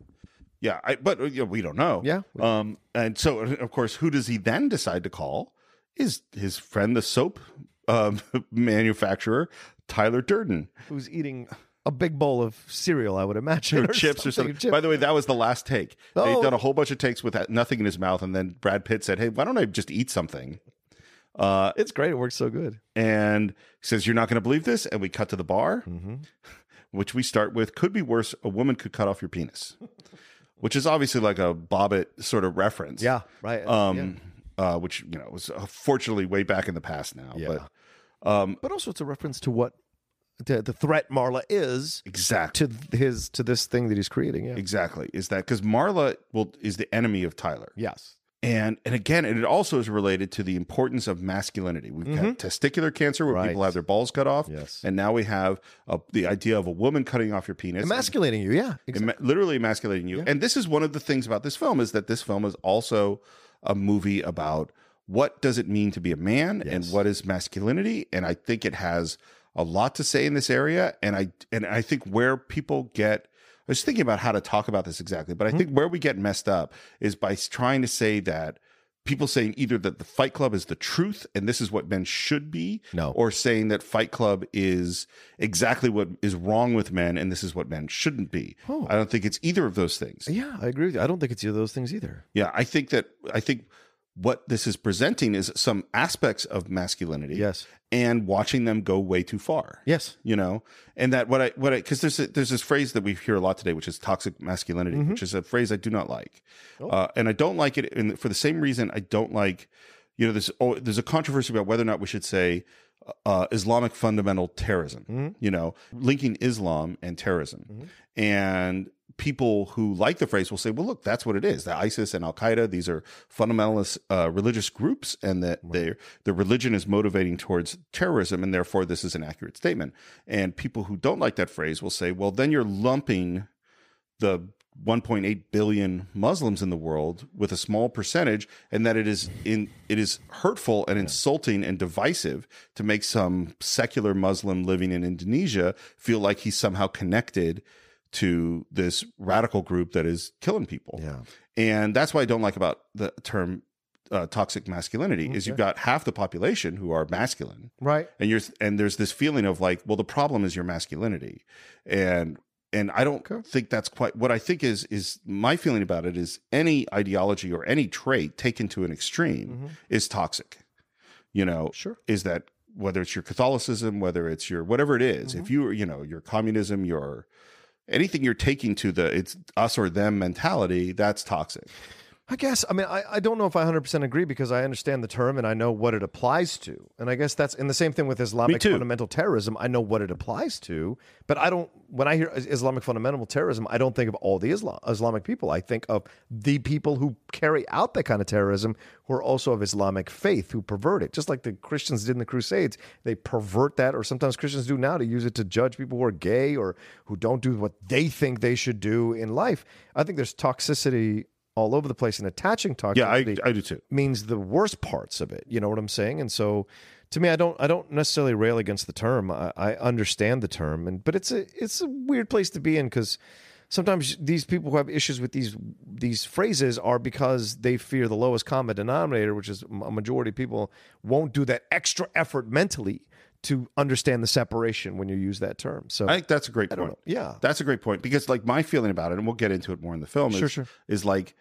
Yeah. I, but uh, yeah, we don't know. Yeah. Um, and so, uh, of course, who does he then decide to call? Is his friend, the soap um, <laughs> manufacturer, Tyler <laughs> Durden, Who's eating a big bowl of cereal, I would imagine. or chips or something. chip- By the way, that was the last take. Oh. They've done a whole bunch of takes with that, nothing in his mouth. And then Brad Pitt said, Hey, why don't I just eat something? Uh, it's great. It works so good. And he says, You're not going to believe this. And we cut to the bar, Mm-hmm. <laughs> which we start with could be worse. A woman could cut off your <laughs> penis, which is obviously like a Bobbit sort of reference. Yeah, right. Um, uh, which, you know, was uh, fortunately way back in the past now. But, um, but also it's a reference to what to the threat Marla is exactly to his to this thing that he's creating. Yeah. exactly. Is that because Marla will, is the enemy of Tyler? Yes. And and again, and it also is related to the importance of masculinity. We've had Mm-hmm. testicular cancer where people have their balls cut off, yes, and now we have a, the idea of a woman cutting off your penis, Emasculating you, yeah, Ema- literally emasculating you. And this is one of the things about this film is that this film is also a movie about what does it mean to be a man and what is masculinity. And I think it has a lot to say in this area. And I and I think where people get I was thinking about how to talk about this exactly, but I think where we get messed up is by s- trying to say that people saying either that the Fight Club is the truth and this is what men should be, no, or saying that Fight Club is exactly what is wrong with men and this is what men shouldn't be. Oh. I don't think it's either of those things. Yeah, I agree with you. I don't think it's either of those things either. Yeah, I think that I think what this is presenting is some aspects of masculinity. Yes. And watching them go way too far. Yes. You know, and that what I what I because there's a, there's this phrase that we hear a lot today, which is toxic masculinity, Mm-hmm. which is a phrase I do not like, uh, and I don't like it, and for the same reason I don't like, you know, there's oh, there's a controversy about whether or not we should say uh, Islamic fundamental terrorism, you know, linking Islam and terrorism. And people who like the phrase will say, well, look, that's what it is. The ISIS and Al Qaeda, these are fundamentalist uh, religious groups, and that their the religion is motivating towards terrorism, and therefore this is an accurate statement. And people who don't like that phrase will say, well, then you're lumping the 1.8 billion Muslims in the world with a small percentage, and that it is in it is hurtful and insulting and divisive to make some secular Muslim living in Indonesia feel like he's somehow connected to this radical group that is killing people. Yeah, and that's what I don't like about the term uh, toxic masculinity is you've got half the population who are masculine, Right. and you're and there's this feeling of like well the problem is your masculinity and and i don't think that's quite what i think is is my feeling about it is any ideology or any trait taken to an extreme is toxic you know sure is that whether it's your catholicism whether it's your whatever it is, if you you know your communism your anything you're taking to the it's us or them mentality that's toxic I guess I mean I, I don't know if I 100% agree because I understand the term and I know what it applies to. And I guess that's and the same thing with Islamic too. fundamental terrorism. I know what it applies to, but I don't when I hear Is- Islamic fundamental terrorism, I don't think of all the Islam, Islamic people. I think of the people who carry out that kind of terrorism who are also of Islamic faith who pervert it. Just like the Christians did in the Crusades, they pervert that or sometimes Christians do now to use it to judge people who are gay or who don't do what they think they should do in life. I think there's toxicity all over the place and attaching toxicity Yeah, I- I do too. means the worst parts of it you know what i'm saying and so to me i don't i don't necessarily rail against the term i, I understand the term and but it's a it's a weird place to be in because sometimes these people who have issues with these these phrases are because they fear the lowest common denominator which is a majority of people won't do that extra effort mentally to understand the separation when you use that term so I think that's a great point. Yeah. That's a great point because like my feeling about it, and we'll get into it more in the film, is, Sure, sure. is like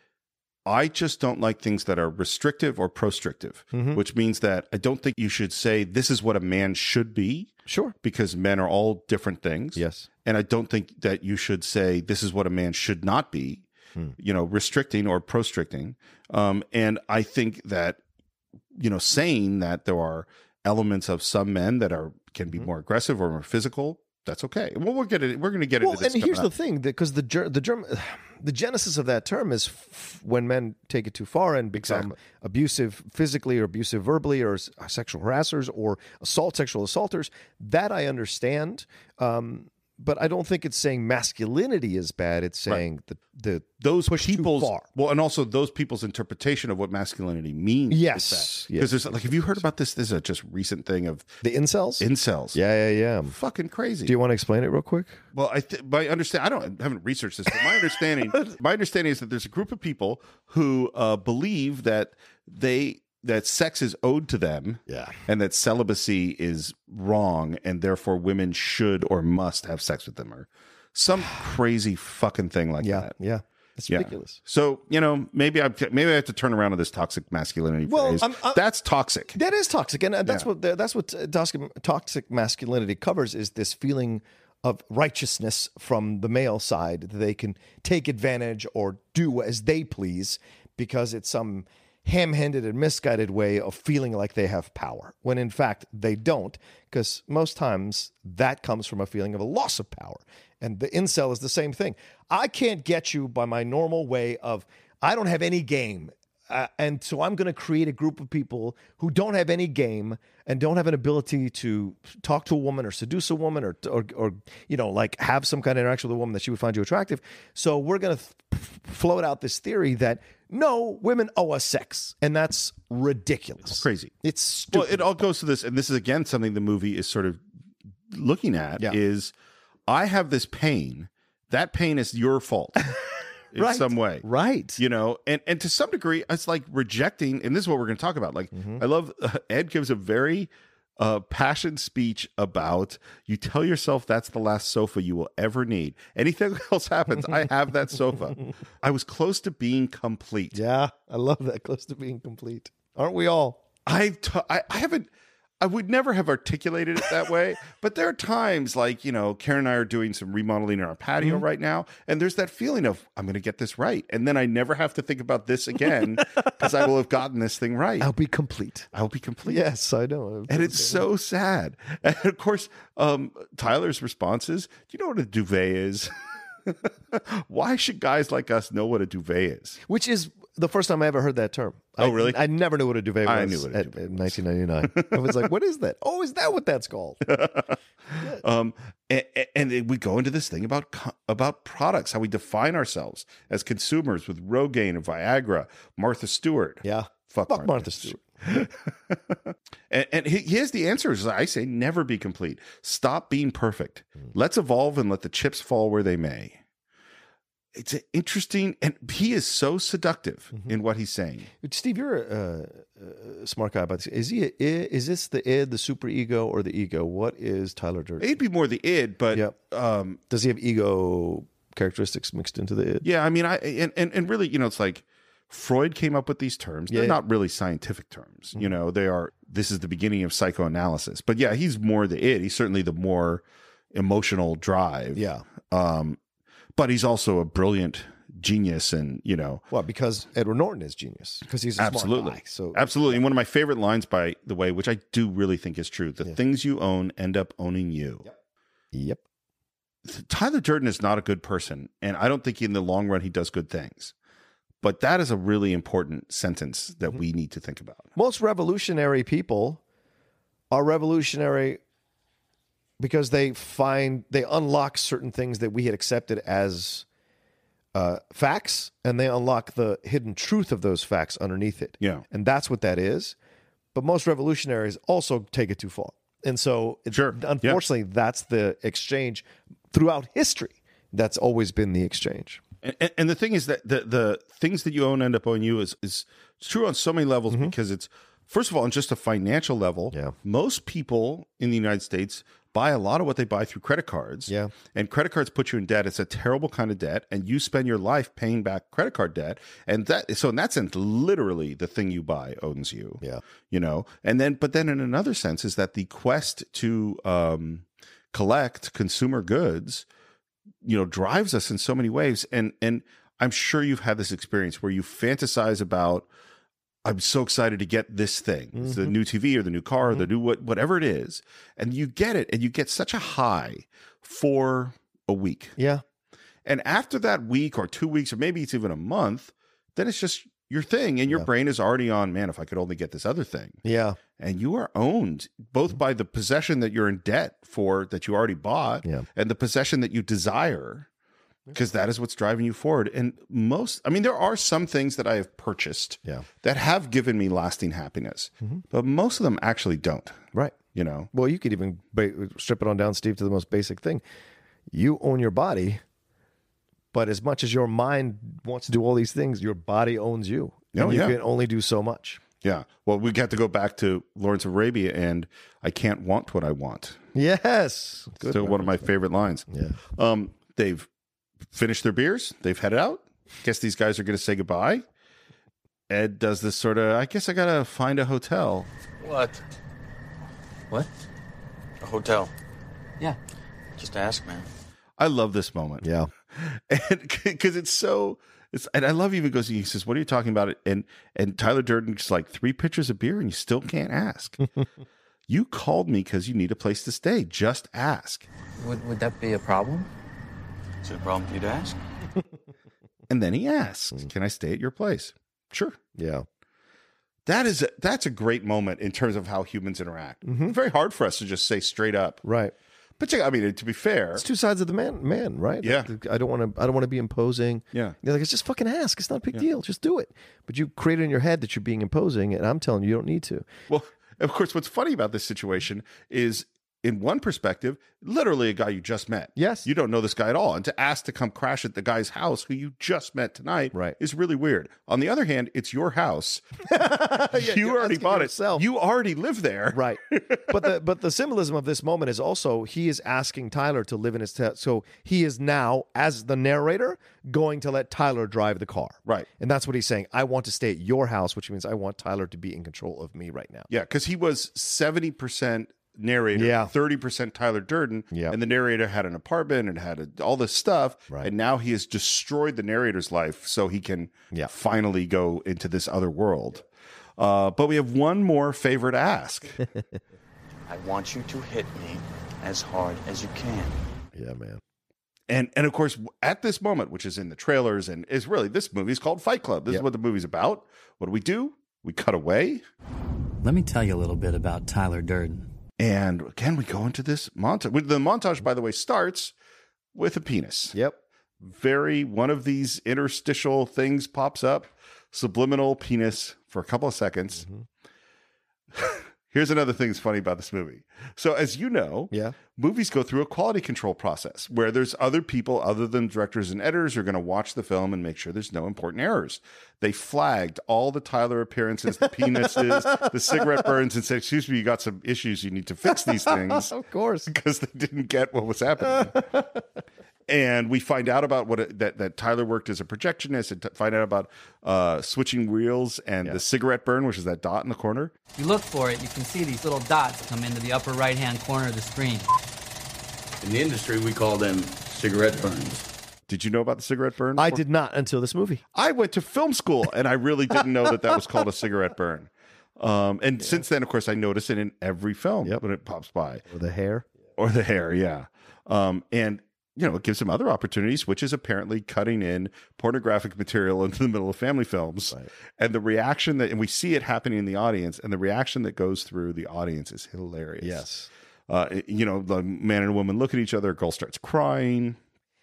I just don't like things that are restrictive or prostrictive, Mhm. which means that I don't think you should say this is what a man should be. Sure. Because men are all different things. Yes. And I don't think that you should say this is what a man should not be, Hmm. you know, restricting or prostricting. Um, and I think that you know Mm-hmm. saying that there are elements of some men that are can be more aggressive or more physical that's okay. Well, we'll get it. We're going to get well, into this. and here's coming the up. thing, because the ger- the germ, <sighs> the genesis of that term is f- when men take it too far and become abusive physically or abusive verbally or s- uh, sexual harassers or assault sexual assaulters. That I understand, um, but I don't think it's saying masculinity is bad. It's saying the the those push people's too far. well, and also those people's interpretation of what masculinity means. Yes. because there's like, have you heard about this? This is a just recent thing of the incels. Incels. Yeah, yeah, yeah. Fucking crazy. Do you want to explain it real quick? Well, I th- my understand I don't I haven't researched this, but my <laughs> understanding my understanding is that there's a group of people who uh, believe that they that sex is owed to them, yeah, and that celibacy is wrong, and therefore women should or must have sex with them, or <sighs> some crazy fucking thing like Yeah, that. yeah. It's Yeah. ridiculous. So you know, maybe I maybe I have to turn around on this toxic masculinity Well, phrase. I'm- I'm- That's toxic. That is toxic, and uh, that's Yeah. what the- that's what uh, toxic, toxic masculinity covers is this feeling of righteousness from the male side that they can take advantage or do as they please because it's some ham-handed and misguided way of feeling like they have power when in fact they don't because most times that comes from a feeling of a loss of power and the incel is the same thing i can't get you by my normal way of i don't have any game uh, and so I'm going to create a group of people who don't have any game and don't have an ability to talk to a woman or seduce a woman or or, or you know like have some kind of interaction with a woman that she would find you attractive. So we're going to th- float out this theory that no women owe us sex, and that's ridiculous. It's crazy. It's well stupid. it all goes to this and this is again something the movie is sort of looking at Yeah. is i have this pain that pain is your <laughs> fault in Right. some way right you know and and to some degree it's like rejecting and this is what we're going to talk about like Mm-hmm. i love <laughs> ed gives a very uh passion speech about you tell yourself that's the last sofa you will ever need anything <laughs> else happens i have that <laughs> sofa i was close to being complete yeah, I love that. Close to being complete, aren't we all? I've t- I, I haven't I would never have articulated it that <laughs> way, but there are times like, you know, Karen and I are doing some remodeling in our patio right now, and there's that feeling of I'm going to get this right, and then I never have to think about this <laughs> again because I will have gotten this thing right. I'll be complete. I'll Oh, be complete. Yes, I know. And it's so sad. And of course, um, Tyler's response is, "Do you know what a duvet is? <laughs> Why should guys like us know what a duvet is?" Which is the first time I ever heard that term. Oh, I- really? I, never knew what a duvet was. I knew what a at- in 1999. I was like, what is that? Oh, is that what <laughs> that's called? um, and, and then we go into this thing about co- about products, how we define ourselves as consumers with Rogaine and Viagra, Martha Stewart. Yeah, fuck, Fuck Martha Stewart. <laughs> And, and he- here's the answer: is I say never be complete. Stop being perfect. Hmm. Let's evolve and let the chips fall where they may. It's an interesting, and he is so seductive Mm-hmm. in what he's saying. Steve, you're a, uh, uh smart guy about this. Is he? A, i- is this the id, the super ego, or the ego? What is Tyler Durden? It'd be more the id, but Yep. um, Does he have ego characteristics mixed into the id? Yeah, I mean, I and and, and really, you know, it's like Freud came up with these terms. They're Yeah. Mm. not really scientific terms, you know. They are. This is the beginning of psychoanalysis. But yeah, he's more the it. He's certainly the more emotional drive. Yeah. Um, but he's also a brilliant genius, and you know, Well, because Edward Norton is genius because he's a absolutely. smart guy. So absolutely. And one of my favorite lines, by the way, which I do really think is true: the things you own end up owning you. yep. Tyler Durden is not a good person, and I don't think in the long run he does good things. But that is a really important sentence that we need to think about. most revolutionary people are revolutionary because they find they unlock certain things that we had accepted as uh, facts and they unlock the hidden truth of those facts underneath it Yeah. and that's what that is but most revolutionaries also take it too far and so it- unfortunately that's the exchange throughout history that's always been the exchange And, and- and the thing is that the the things that you own end up owing you is is it's true on so many levels because it's first of all on just a financial level. Yeah. Most people in the United States buy a lot of what they buy through credit cards. Yeah. And credit cards put you in debt. It's a terrible kind of debt, and you spend your life paying back credit card debt. And that so in that sense, literally the thing you buy owns you. Yeah. You know, and then but then in another sense is that the quest to um, collect consumer goods you know drives us in so many ways and and i'm sure you've had this experience where you fantasize about I'm so excited to get this thing. It's the new TV or the new car or the new what, whatever it is. And you get it and you get such a high for a week. Yeah. And after that week or two weeks or maybe it's even a month, then it's just your thing and your brain is already on, man, if I could only get this other thing. Yeah. And you are owned Mm-hmm. both by the possession that you're in debt for that you already bought Yeah. and the possession that you desire because that is what's driving you forward. And most, I mean, there are some things that I have purchased Yeah. Mm-hmm. that have given me lasting happiness, but most of them actually don't. Right. You know, Well, you could even ba- strip it on down, Steve, to the most basic thing. You own your body, but as much as your mind wants to do all these things, your body owns you. Oh, and you yeah. can only do so much. yeah. Well, we got to go back to Lawrence of Arabia and I can't want what I want. Yes. Good Still one of my favorite lines. Yeah. Um, they've finished their beers. They've headed out. Guess these guys are going to say goodbye. Ed does this sort of. I guess I got to find a hotel. What? What? A hotel. Yeah. Just ask, man. I love this moment. Yeah. <laughs> And because it's so it's and I love even goes he says, What are you talking about? And and Tyler Durden's like three pitchers of beer and you still can't <laughs> ask. you called me because you need a place to stay. Just ask. Would, would that be a problem? Is it a problem for you to ask? And then he Hmm. asks, Can I stay at your place? Sure. Yeah. That is a, that's a great moment in terms of how humans interact. Mm-hmm. Very hard for us to just say straight up. Right. But you- I mean, to be fair, It's two sides of the man, man, right? Yeah. Like, I don't want to. I don't want to be imposing. Yeah. You're like, it's just fucking ask. It's not a big deal. Just do it. But you create it in your head that you're being imposing, and I'm telling you, you don't need to. Well, of course, what's funny about this situation is, in one perspective, literally a guy you just met. Yes. You don't know this guy at all. And to ask to come crash at the guy's house who you just met tonight Right. is really weird. On the other hand, it's your <laughs> house. you you're already asking bought yourself. it. You already live there. Right. But the but the symbolism of this moment is also he is asking Tyler to live in his te- so he is now as the narrator going to let Tyler drive the car. Right. And that's what he's saying. I want to stay at your house, which means I want Tyler to be in control of me right now. Yeah. Because he was 70% narrator, Yeah. 30% Tyler Durden. Yeah. And the narrator had an apartment and had a, all this stuff. Right. And now he has destroyed the narrator's life so he can Yeah. finally go into this other world. Uh, but we have one more favorite <laughs> ask. I want you to hit me as hard as you can. Yeah, man. and and of course at this moment which is in the trailers and is really this movie is called fight club this Yep. is what the movie's about what do we do we cut away Let me tell you a little bit about Tyler Durden. and again we go into this montage the montage by the way starts with a penis Yep. very one of these interstitial things pops up subliminal penis for a couple of seconds <laughs> here's another thing that's funny about this movie so as you know Yeah. movies go through a quality control process where there's other people other than directors and editors who are going to watch the film and make sure there's no important errors they flagged all the tyler appearances the penises the cigarette burns and said excuse me you got some issues you need to fix these <laughs> things <laughs> Of course. because they didn't get what was <laughs> happening. and we find out about what it, that that Tyler worked as a projectionist, and t- find out about uh, switching wheels and the cigarette burn, which is that dot in the corner. If you look for it, you can see these little dots come into the upper right hand corner of the screen. In the industry, we call them cigarette burns. Did you know about the cigarette burn? I Or- did not until this movie. I went to film school, and I really didn't know that that was called a cigarette <laughs> burn. Um, and since then, of course, I notice it in every film Yep. when it pops by, Or the hair. or the hair, yeah. Um, and you know, it gives him other opportunities, which is apparently cutting in pornographic material <laughs> into the middle of family films. and the reaction that and we see it happening in the audience and the reaction that goes through the audience is hilarious Yes. uh, it- you know the man and woman look at each other girl starts crying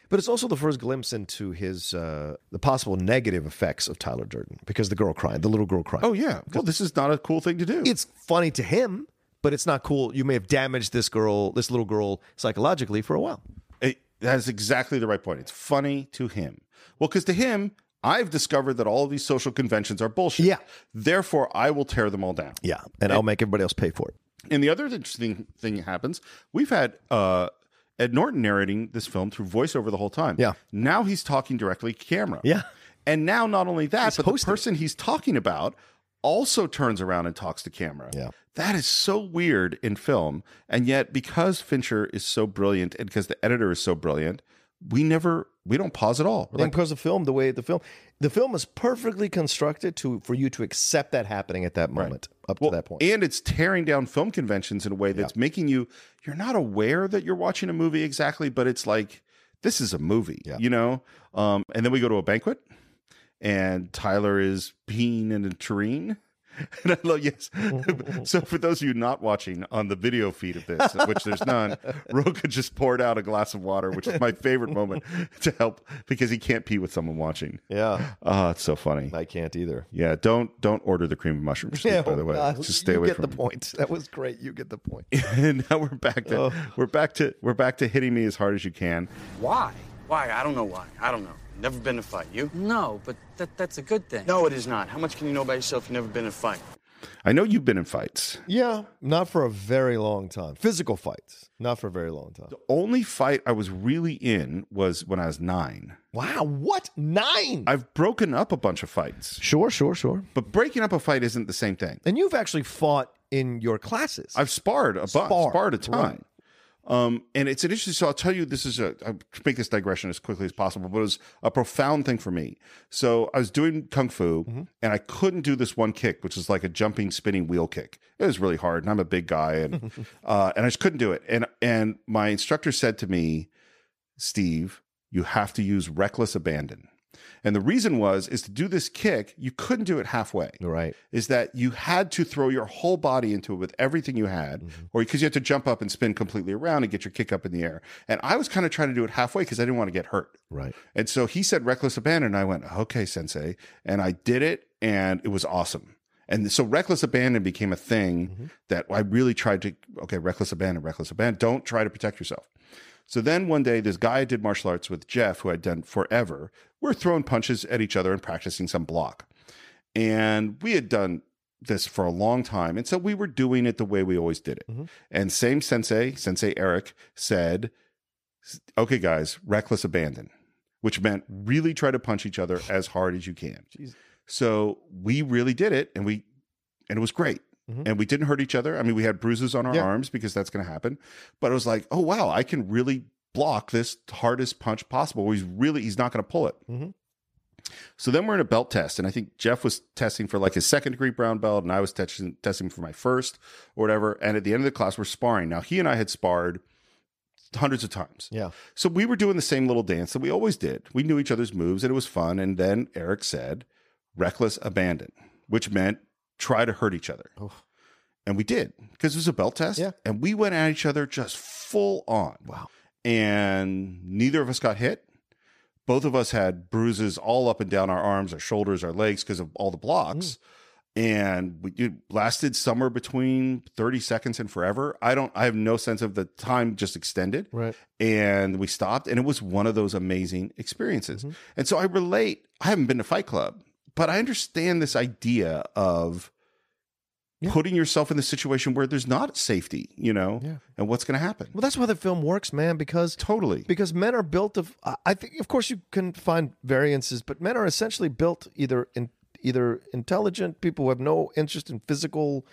But it's also the first glimpse into his uh, the possible negative effects of Tyler Durden because the girl crying, the little girl crying. oh yeah well this is not a cool thing to do it's funny to him, but it's not cool. You may have damaged this girl, this little girl, psychologically for a while. it, that's exactly the right point it's funny to him well because to him i've discovered that all of these social conventions are bullshit Yeah. therefore i will tear them all down Yeah, and I'll make everybody else pay for it. And the other interesting thing that happens, we've had uh, Ed Norton narrating this film through voiceover the whole time. Yeah. Now he's talking directly to camera. Yeah. And now not only that, but hosting. the person he's talking about also turns around and talks to camera. Yeah. That is so weird in film. And yet, because Fincher is so brilliant and because the editor is so brilliant, we never we don't pause at all. We're Then like, because the film, the way the film, the film is perfectly constructed to for you to accept that happening at that moment, up to that point. and it's tearing down film conventions in a way that's making you you're not aware that you're watching a movie exactly, but it's like this is a movie, you know. Um, and then we go to a banquet, and Tyler is peeing in a tureen. <laughs> And I love yes. <laughs> so for those of you not watching on the video feed of this, which there's <laughs> none, Roka just poured out a glass of water, which is my favorite moment to help because he can't pee with someone watching. Yeah. Oh, it's so funny. I can't either. Yeah, don't don't order the cream of <laughs> mushroom soup. by the way, no, just stay Oh, you away get from the point. That was great. You get the point. <laughs> and now we're back to we're back to we're back to hitting me as hard as you can. Why? Why? I don't know why. I don't know. Never been in a fight. You? No, but that, that's a good thing. No, it is not. How much can you know about yourself if you've never been in a fight? I know you've been in fights. Yeah, not for a very long time. Physical fights, not for a very long time. Only fight I was really in was when I was nine. Wow, what nine? I've broken up a bunch of fights, Sure, sure, sure. but breaking up a fight isn't the same thing. And you've actually fought in your classes. I've sparred a bunch, Sparred, sparred a ton. Um, and it's an interesting. So I'll tell you, this is a I'll make this digression as quickly as possible, but it was a profound thing for me. So I was doing kung fu, and I couldn't do this one kick, which is like a jumping, spinning wheel kick. It was really hard, and I'm a big guy, and uh, and I just couldn't do it. And and my instructor said to me, Steve, you have to use reckless abandon. And the reason was is to do this kick, you couldn't do it halfway right. is that you had to throw your whole body into it with everything you had, or because you had to jump up and spin completely around and get your kick up in the air. And I was kind of trying to do it halfway because I didn't want to get hurt. Right. And so he said reckless abandon. And I went, okay, sensei. And I did it and it was awesome. And so reckless abandon became a thing that I really tried to, okay, reckless abandon, reckless abandon. Don't try to protect yourself. So then one day, this guy I did martial arts with, Jeff, who I'd done forever, we're throwing punches at each other and practicing some block. And we had done this for a long time. And so we were doing it the way we always did it. And same sensei, Sensei Eric, said, okay, guys, reckless abandon, which meant really try to punch each other as hard as you can. So we really did it and we, and it was great. And we didn't hurt each other. I mean, we had bruises on our Yeah. arms because that's going to happen. But it was like, oh, wow, I can really block this hardest punch possible. He's really, he's not going to pull it. So then we're in a belt test, and I think Jeff was testing for like his second degree brown belt, and I was testing testing for my first or whatever. And at the end of the class, we're sparring. Now he and I had sparred hundreds of times. Yeah. So we were doing the same little dance that we always did. We knew each other's moves, and it was fun. And then Eric said, "Reckless abandon," which meant try to hurt each other. And we did because it was a belt test. Yeah. And we went at each other just full on. Wow. And neither of us got hit both of us had bruises all up and down our arms, our shoulders, our legs because of all the Mm. blocks. And we, it lasted somewhere between 30 seconds and forever. I don't, I have no sense of the time just extended. Right. And we stopped, and it was one of those amazing experiences. Mm-hmm. And so I relate, I haven't been to Fight Club, but I understand this idea of putting yourself in the situation where there's not safety, you know, Yeah. and what's going to happen. Well, that's why the film works, man, because Totally. because men are built of I- I think of course you can find variances, but men are essentially built either in either intelligent people who have no interest in physical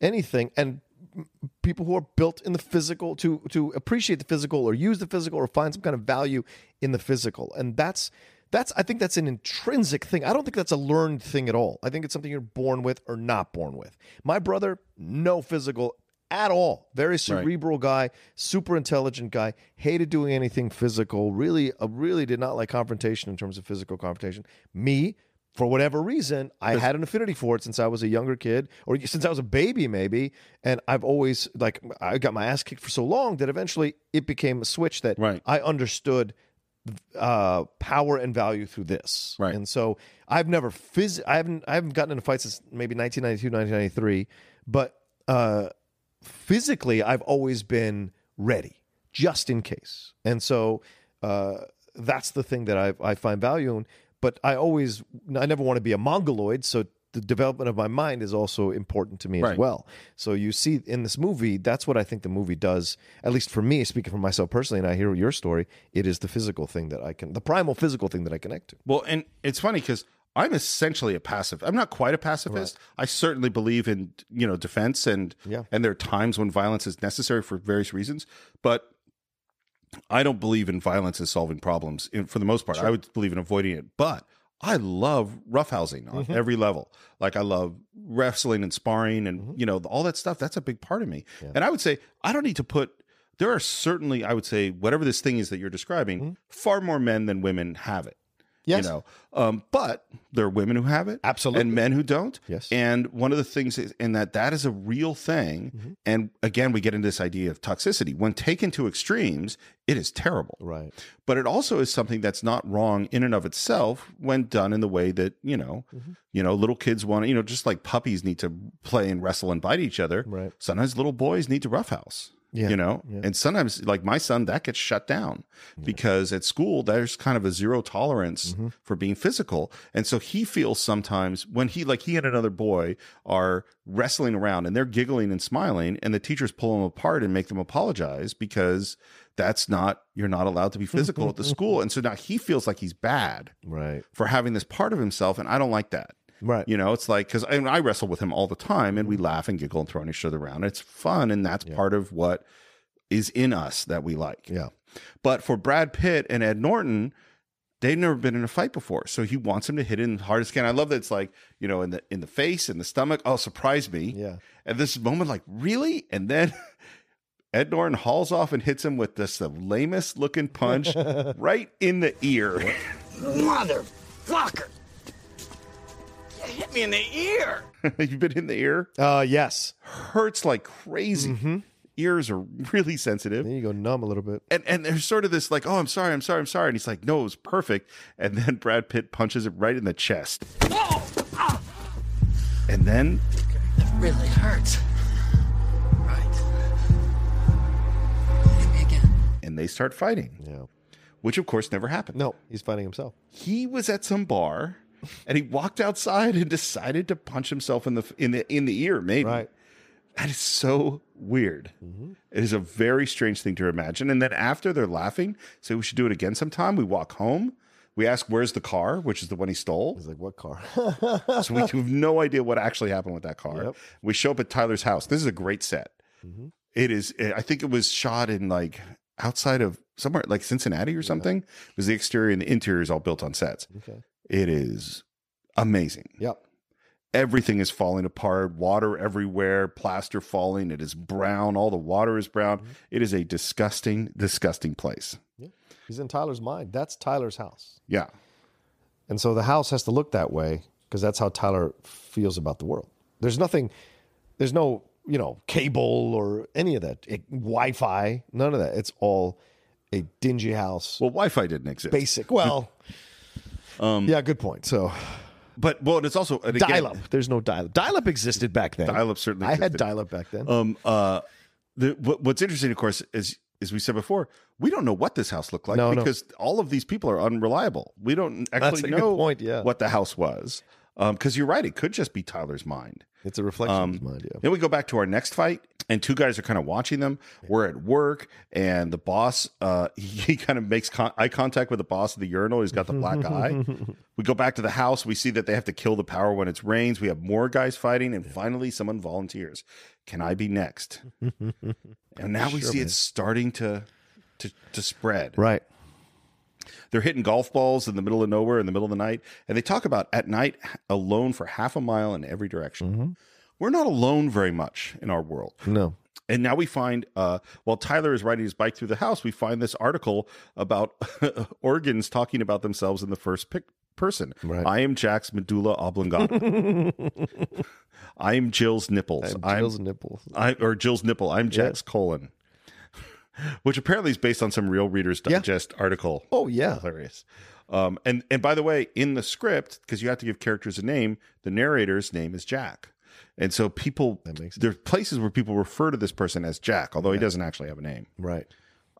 anything and m- people who are built in the physical to to appreciate the physical or use the physical or find some kind of value in the physical. And that's that's I think that's an intrinsic thing. I don't think that's a learned thing at all. I think it's something you're born with or not born with. My brother, no physical at all. Very cerebral guy, super intelligent guy, hated doing anything physical, really uh, really did not like confrontation in terms of physical confrontation. Me, for whatever reason, I had an affinity for it since I was a younger kid or since I was a baby maybe, and I've always like I got my ass kicked for so long that eventually it became a switch that Right. I understood uh, power and value through this. Right. And so I've never phys- I haven't I haven't gotten into fights since maybe 1992, 1993, but uh, physically I've always been ready just in case. And so uh, that's the thing that I I find value in, but I always I never want to be a mongoloid, so the development of my mind is also important to me as Right. well well. So you see in this movie, that's what I think the movie does. At least for me, speaking for myself personally, and I hear your story, it is the physical thing that I can, the primal physical thing that I connect to. Well, and it's funny because I'm essentially a passive. I'm not quite a pacifist. I certainly believe in you know defense and Yeah. and there are times when violence is necessary for various reasons. But I don't believe in violence as solving problems in, for the most part. Sure. I would believe in avoiding it, but I love roughhousing on Mhm. every level. Like I love wrestling and sparring and you know all that stuff. That's a big part of me. And I would say I don't need to put. There are certainly I would say whatever this thing is that you're describing, far more men than women have it. Yes. You know, um, but there are women who have it, absolutely, and men who don't. Yes. And one of the things is, and that that is a real thing. And again, we get into this idea of toxicity. When taken to extremes, it is terrible. Right. But it also is something that's not wrong in and of itself when done in the way that you know, you know, little kids want. to You know, just like puppies need to play and wrestle and bite each other. Right. Sometimes little boys need to roughhouse. Yeah. You know, Yeah. and sometimes like my son that gets shut down because at school there's kind of a zero tolerance Mm-hmm. for being physical and so he feels sometimes when he like he and another boy are wrestling around and they're giggling and smiling and the teachers pull them apart and make them apologize because that's not you're not allowed to be <laughs> physical at the school and so now he feels like he's bad right for having this part of himself and I don't like that Right. you know, it's like because I, I wrestle with him all the time, and we laugh and giggle and throw each other around. It's fun, and that's part of what is in us that we like. Yeah. But for Brad Pitt and Ed Norton, they've never been in a fight before, so he wants him to hit him hard as can. I love that it's like you know in the in the face, in the stomach. Oh, surprise me! Yeah. And this moment, like really, and then. <laughs> Ed Norton hauls off and hits him with this the lamest looking <laughs> punch right in the ear. Motherfucker! You hit me in the ear! <laughs> You've been in the ear? Uh yes. Hurts like crazy. Ears are really sensitive. Then you go numb a little bit. And and there's sort of this like, oh, I'm sorry, I'm sorry, I'm sorry. And he's like, no, it was perfect. And then <laughs> Brad Pitt punches it right in the chest. And then That really hurts. and they start fighting. Yeah. Which of course never happened. No, he's fighting himself. He was at some bar and he walked outside and decided to punch himself in the in the in the ear, maybe. Right. That is so weird. It is a very strange thing to imagine. And then after they're laughing, say we should do it again sometime. We walk home. We ask where's the car, which is the one he stole. He's like, what car? <laughs> so we have no idea what actually happened with that car. We show up at Tyler's house. This is a great set. It is. eh, I think it was shot in like outside of somewhere like Cincinnati or something. It was the exterior and the interior is all built on sets. Okay. It is amazing. Yep. Everything is falling apart, water everywhere, plaster falling. It is brown. All the water is brown. Mm-hmm. It is a disgusting, disgusting place. He's in Tyler's mind. That's Tyler's house. Yeah. And so the house has to look that way because that's how Tyler feels about the world. There's nothing, there's no, you know, cable or any of that, it, Wi Fi, none of that. It's all a dingy house. Well, Wi Fi didn't exist. Basic. Well, um, yeah, good point. So, but, well, it's also and again- dial up. There's no dial up. Dial up existed back then. Dial up certainly. I had existed. dial up back then. Um. Uh. The, what, what's interesting, of course, is as we said before, we don't know what this house looked like No, no. because all of these people are unreliable. We don't That's actually a good know point, yeah. what the house was. Um. Because you're right, it could just be Tyler's mind. It's a reflection um, of his mind. Yeah. Then we go back to our next fight, and two guys are kind of watching them. We're at work, and the boss, uh, <laughs> he, kind of makes con- eye contact with the boss of the urinal. He's got the black eye. We go back to the house. We see that they have to kill the power when it rains. We have more guys fighting, and finally, someone volunteers. Can I be next? And now we Sure, see man. it's starting to, to to spread. Right. They're hitting golf balls in the middle of nowhere in the middle of the night, and they talk about at night alone for half a mile in every direction. Mm-hmm. We're not alone very much in our world. No. And now we find, uh, while Tyler is riding his bike through the house, we find this article about <laughs> organs talking about themselves in the first pic- person. I am Jack's medulla oblongata. <laughs> I am Jill's nipples. I'm Jill's nipples. I, or Jill's nipple. I'm Jack's colon. <laughs> Which apparently is based on some real Reader's Digest article. Oh, yeah. Hilarious. Um, and, and by the way, in the script, because you have to give characters a name, the narrator's name is Jack. And so people, there's places where people refer to this person as Jack, although he doesn't actually have a name. Right.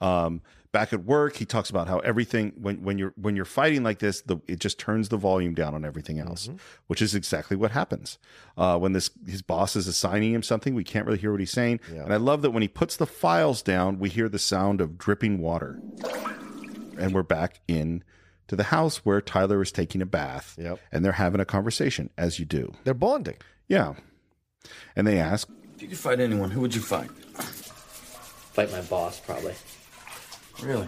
Um, back at work, he talks about how everything when when you're when you're fighting like this, the, it just turns the volume down on everything else, which is exactly what happens uh, when this his boss is assigning him something. We can't really hear what he's saying, and I love that when he puts the files down, we hear the sound of dripping water, and we're back in to the house where Tyler is taking a bath, Yep. and they're having a conversation as you do. They're bonding. Yeah, and they ask, If you could fight anyone, who would you fight? Fight my boss, probably. Really?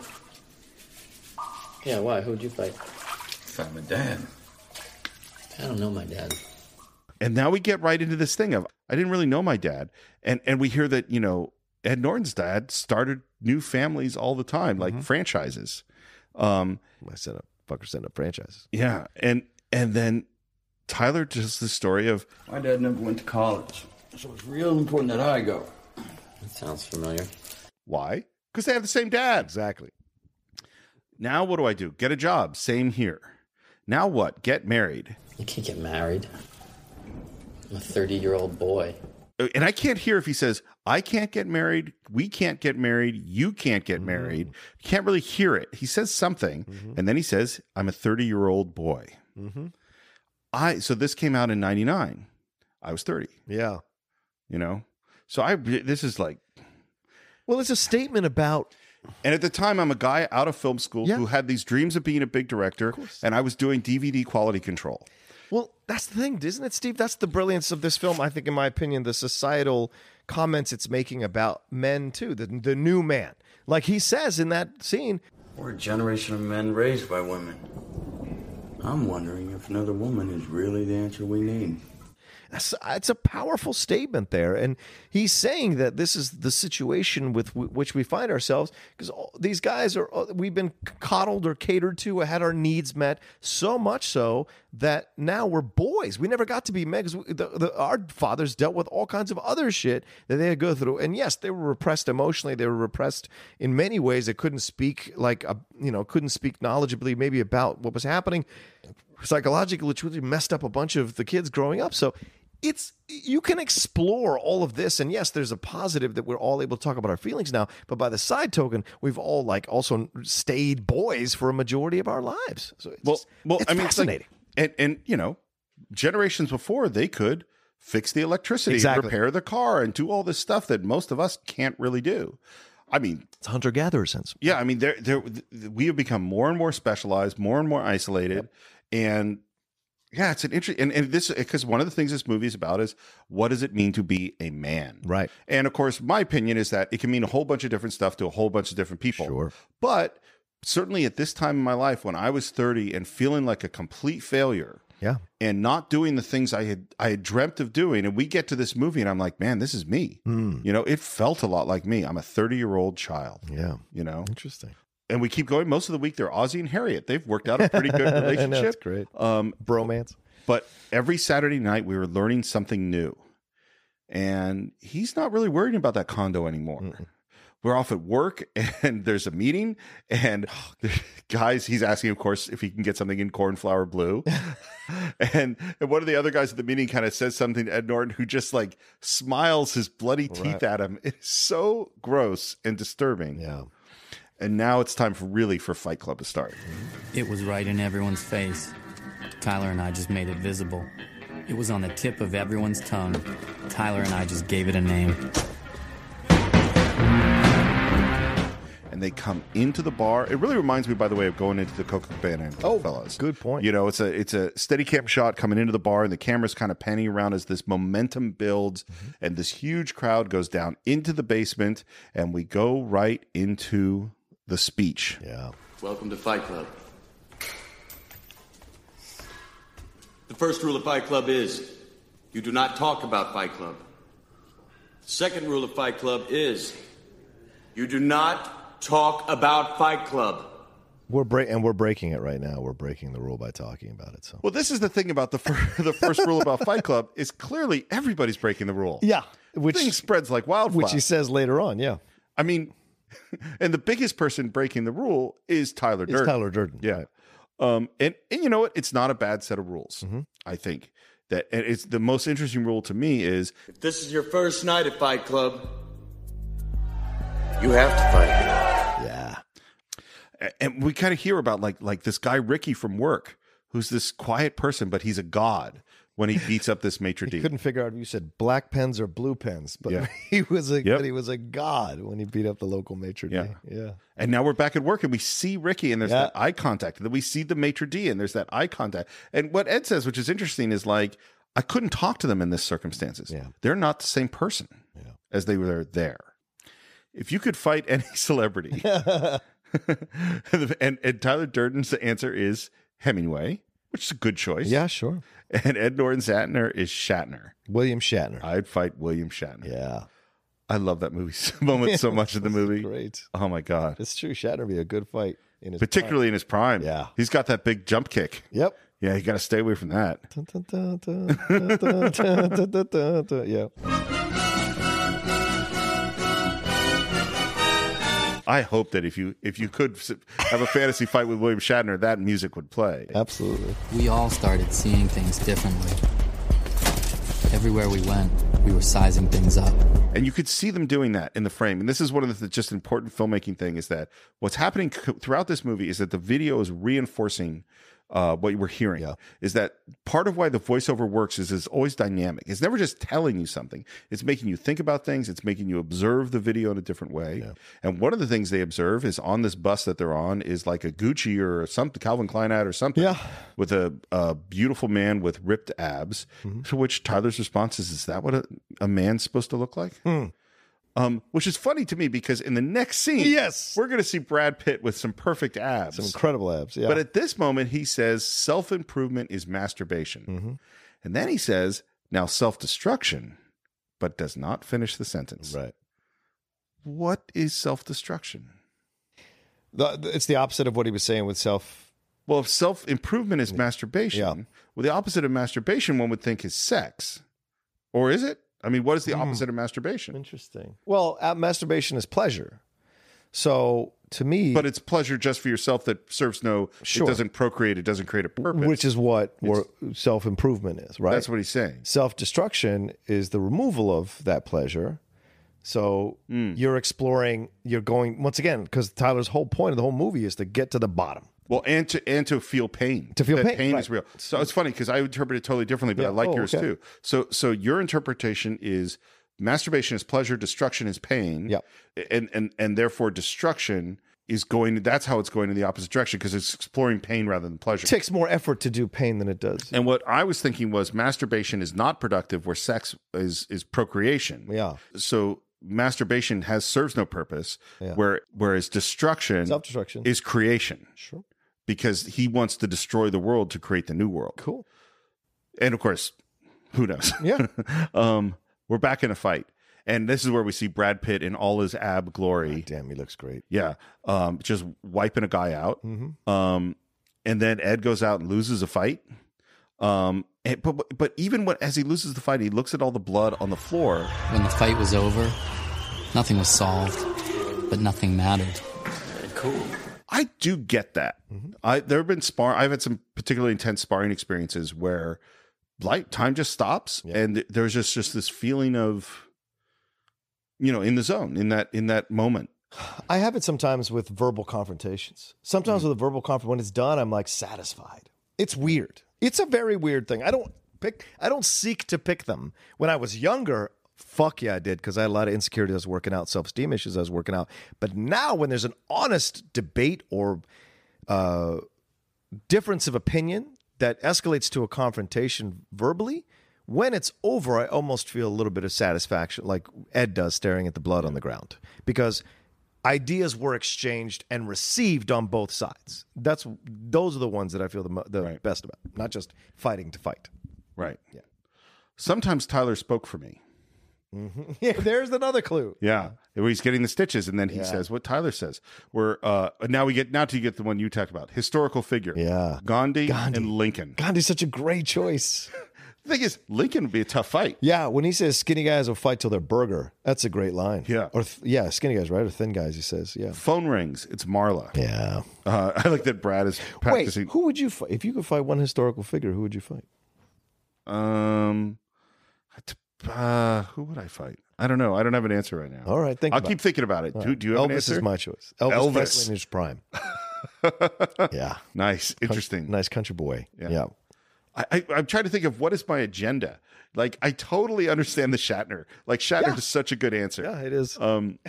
Yeah, why? Who'd you fight? Found my dad. I don't know my dad. And now we get right into this thing of I didn't really know my dad, and and we hear that you know Ed Norton's dad started new families all the time, like franchises. Um, I set up fucker set up franchises. Yeah, and and then Tyler just the story of My dad never went to college, so it's real important that I go. That sounds familiar. Why? Because they have the same dad. Exactly. Now what do I do? Get a job. Same here. Now what? Get married. You can't get married. I'm a 30 year old boy. Uh, And I can't hear if he says, I can't get married, we can't get married, you can't Mm-hmm. get married. You can't really hear it. He says something, and then he says, I'm a 30 year old boy. Mm-hmm. I so this came out in 99. I was 30, Yeah. you know? So I this is like Well, it's a statement about and at the time I'm a guy out of film school Yeah. who had these dreams of being a big director and I was doing DVD quality control. Well, that's the thing, isn't it, Steve? That's the brilliance of this film. I think, in my opinion, the societal comments it's making about men too, the the new man. Like he says in that scene, We're a generation of men raised by women. I'm wondering if another woman is really the answer we need. that's, it's a powerful statement there, and he's saying that this is the situation with w- which we find ourselves because these guys are all- we've been coddled or catered to, had our needs met so much so that now we're boys. We never got to be men because the, the, our fathers dealt with all kinds of other shit that they had to go through, and yes, they were repressed emotionally. They were repressed in many ways. They couldn't speak like a, you know couldn't speak knowledgeably maybe about what was happening psychologically, which really messed up a bunch of the kids growing up. So it's you can explore all of this and yes there's a positive that we're all able to talk about our feelings now but by the side token we've all like also stayed boys for a majority of our lives so it's, Well, well, it's I mean, it's like- fascinating and and you know, generations before they could fix the electricity, Exactly. repair the car, and do all this stuff that most of us can't really do. I mean, it's hunter gatherer sense yeah, I mean, there, there, th- we have become more and more specialized, more and more isolated, and yeah, it's an interesting and, and this because one of the things this movie is about is what does it mean to be a man, right and of course, my opinion is that it can mean a whole bunch of different stuff to a whole bunch of different people. Sure. But certainly at this time in my life, when I was 30 and feeling like a complete failure yeah and not doing the things I had I had dreamt of doing, and we get to this movie and I'm like, man, this is me. You know, it felt a lot like me. I'm a 30 year old child. Hmm. yeah You know, interesting and we keep going. Most of the week, they're Ozzy and Harriet. They've worked out a pretty good <laughs> I know, it's relationship. great. Um, bromance but every Saturday night, we were learning something new. And he's not really worrying about that condo anymore. We're off at work <laughs> and there's a meeting. And Oh, the guys, he's asking, of course, if he can get something in cornflower <laughs> blue. and, and one of the other guys at the meeting kind of says something to Ed Norton, who just like smiles his bloody teeth Right. at him. It's so gross and disturbing. Yeah. And now it's time for really for Fight Club to start. It was right in everyone's face. Tyler and I just made it visible. It was on the tip of everyone's tongue. Tyler and I just gave it a name. and they come into the bar. It really reminds me, by the way, of going into the Coca Cabana and oh, fellas. good point. You know, it's a it's a steady camp shot coming into the bar, and the camera's kind of panning around as this momentum builds, Mm-hmm. and this huge crowd goes down into the basement, and we go right into the speech. yeah Welcome to Fight Club. The first rule of Fight Club is you do not talk about Fight Club. The second rule of Fight Club is you do not talk about Fight Club. we're break and we're breaking it right now we're breaking the rule by talking about it so Well, this is the thing about the fir- <laughs> the first rule about Fight Club is clearly everybody's breaking the rule. yeah which thing spreads like wildfire. which he says later on yeah I mean, <laughs> and the biggest person breaking the rule is Tyler Durden. it's tyler durden Yeah. Um, and, and you know what? It's not a bad set of rules. Mm-hmm. I think that and it's the most interesting rule to me is If this is your first night at Fight Club, you have to fight. yeah a- and we kind of hear about like like this guy Ricky from work who's this quiet person but he's a god when he beats up this <laughs> maitre d. couldn't figure out if you said black pens or blue pens, but Yeah. <laughs> he was a Yep. but he was a god when he beat up the local matron. Yeah. yeah, And now we're back at work and we see Ricky and there's Yeah. that eye contact. And then we see the maitre d and there's that eye contact. And what Ed says, which is interesting, is like, I couldn't talk to them in this circumstances. Yeah. They're not the same person as they were there. If you could fight any <laughs> celebrity, and, and Tyler Durden's answer is Hemingway, which is a good choice. Yeah, sure. And Ed Norton's Shatner is Shatner. William Shatner. I'd fight William Shatner. Yeah. I love that movie <laughs> so- <laughs> moment so much in the movie. Great. Oh my god. It's true. Shatner would be a good fight in his Particularly in his prime. Yeah. He's got that big jump kick. <laughs> Yep. Yeah, you got to stay away from that. Dun, dun, dun, dun, dun, dun, dun, dun, dun, dun. Yeah. I hope that if you if you could s- have a fantasy fight with William Shatner, that music would play. Absolutely. We all started seeing things differently. Everywhere we went, we were sizing things up. And you could see them doing that in the frame. And this is one of the just important filmmaking thing is that what's happening c- throughout this movie is that the video is reinforcing uh, what you were hearing. Is that part of why the voiceover works is it's always dynamic. It's never just telling you something. It's making you think about things. It's making you observe the video in a different way. And one of the things they observe is on this bus that they're on is like a Gucci or something, Calvin Klein ad or something. Yeah. With a, a beautiful man with ripped abs. To which Tyler's response is, is that what a, a man's supposed to look like? Hmm. Um, which is funny to me because in the next scene, Yes. we're going to see Brad Pitt with some perfect abs, Some incredible abs. Yeah. But at this moment, he says self improvement is masturbation, Mm-hmm. and then he says now self destruction, but does not finish the sentence. right. What is self destruction? The- the- it's the opposite of what he was saying with self. Well, if self improvement is masturbation, Yeah. well, the opposite of masturbation, one would think is sex, or is it? I mean, what is Hmm. the opposite of masturbation? Interesting. Well, uh, masturbation is pleasure. So to me, But it's pleasure just for yourself that serves no. Sure. It doesn't procreate. It doesn't create a purpose. which is what self improvement is, right? That's what he's saying. self destruction is the removal of that pleasure. So Mm. you're exploring, you're going once again, because Tyler's whole point of the whole movie is to get to the bottom. Well, and to and to feel pain. To feel That pain, pain right. is real. So it's funny because I interpret it totally differently, but Yeah. I like Oh, yours okay. too. So so your interpretation is masturbation is pleasure, destruction is pain. Yep. And and and therefore destruction is going that's how it's going in the opposite direction because it's exploring pain rather than pleasure. It takes more effort to do pain than it does. And what I was thinking was masturbation is not productive where sex is is procreation. Yeah. So masturbation has serves no purpose Yeah. where whereas destruction Self-destruction. is creation Sure. because he wants to destroy the world to create the new world. Cool. And of course, who knows? Yeah. <laughs> um, we're back in a fight. And this is where we see Brad Pitt in all his ab glory. Damn, he looks great. Yeah. Um, just wiping a guy out. Mhm. Um, and then Ed goes out and loses a fight. Um, and- but but even when, as he loses the fight, he looks at all the blood on the floor. When the fight was over, nothing was solved, but nothing mattered. Cool. I do get that. Mm-hmm. I there have been spar. I've had some particularly intense sparring experiences where light time just stops, and there's just just this feeling of, you know, in the zone, in that in that moment. I have it sometimes with verbal confrontations. Sometimes with a verbal confront, when it's done, I'm like satisfied. It's weird. It's a very weird thing. I don't pick. I don't seek to pick them. When I was younger, fuck yeah, I did because I had a lot of insecurity. I was working out, self esteem issues. I was working out. But now, when there's an honest debate or uh, difference of opinion that escalates to a confrontation verbally. When it's over, I almost feel a little bit of satisfaction, like Ed does staring at the blood on the ground, because ideas were exchanged and received on both sides. That's those are the ones that I feel the, mo- the best about, not just fighting to fight. <laughs> Right. Yeah. Sometimes Tyler spoke for me. yeah, there's another clue. Yeah. Where he's getting the stitches, and then he Yeah. says what Tyler says. Where uh, now we get now to get the one you talked about historical figure. Yeah. Gandhi, Gandhi. and Lincoln. Gandhi's such a great choice. The thing is, Lincoln would be a tough fight. Yeah, when he says skinny guys will fight till they're burger, that's a great line. Yeah. Or th- yeah, skinny guys, right? Or thin guys, he says. Yeah. Phone rings. It's Marla. Yeah. Uh, <laughs> I like that Brad is practicing. Wait, who would you fight? If you could fight one historical figure, who would you fight? Um, I t- uh, who would I fight? I don't know. I don't have an answer right now. All right, think I'll about keep it. thinking about it. All Do, right. do you have Elvis an answer? is my choice. Elvis, Presley Elvis. in his prime. <laughs> yeah. nice, interesting. Nice country boy. Yeah. Yeah. I, I, I'm trying to think of what is my agenda. Like, I totally understand the Shatner. Like, Shatner is such a good answer. Yeah, Ah, it is. Um,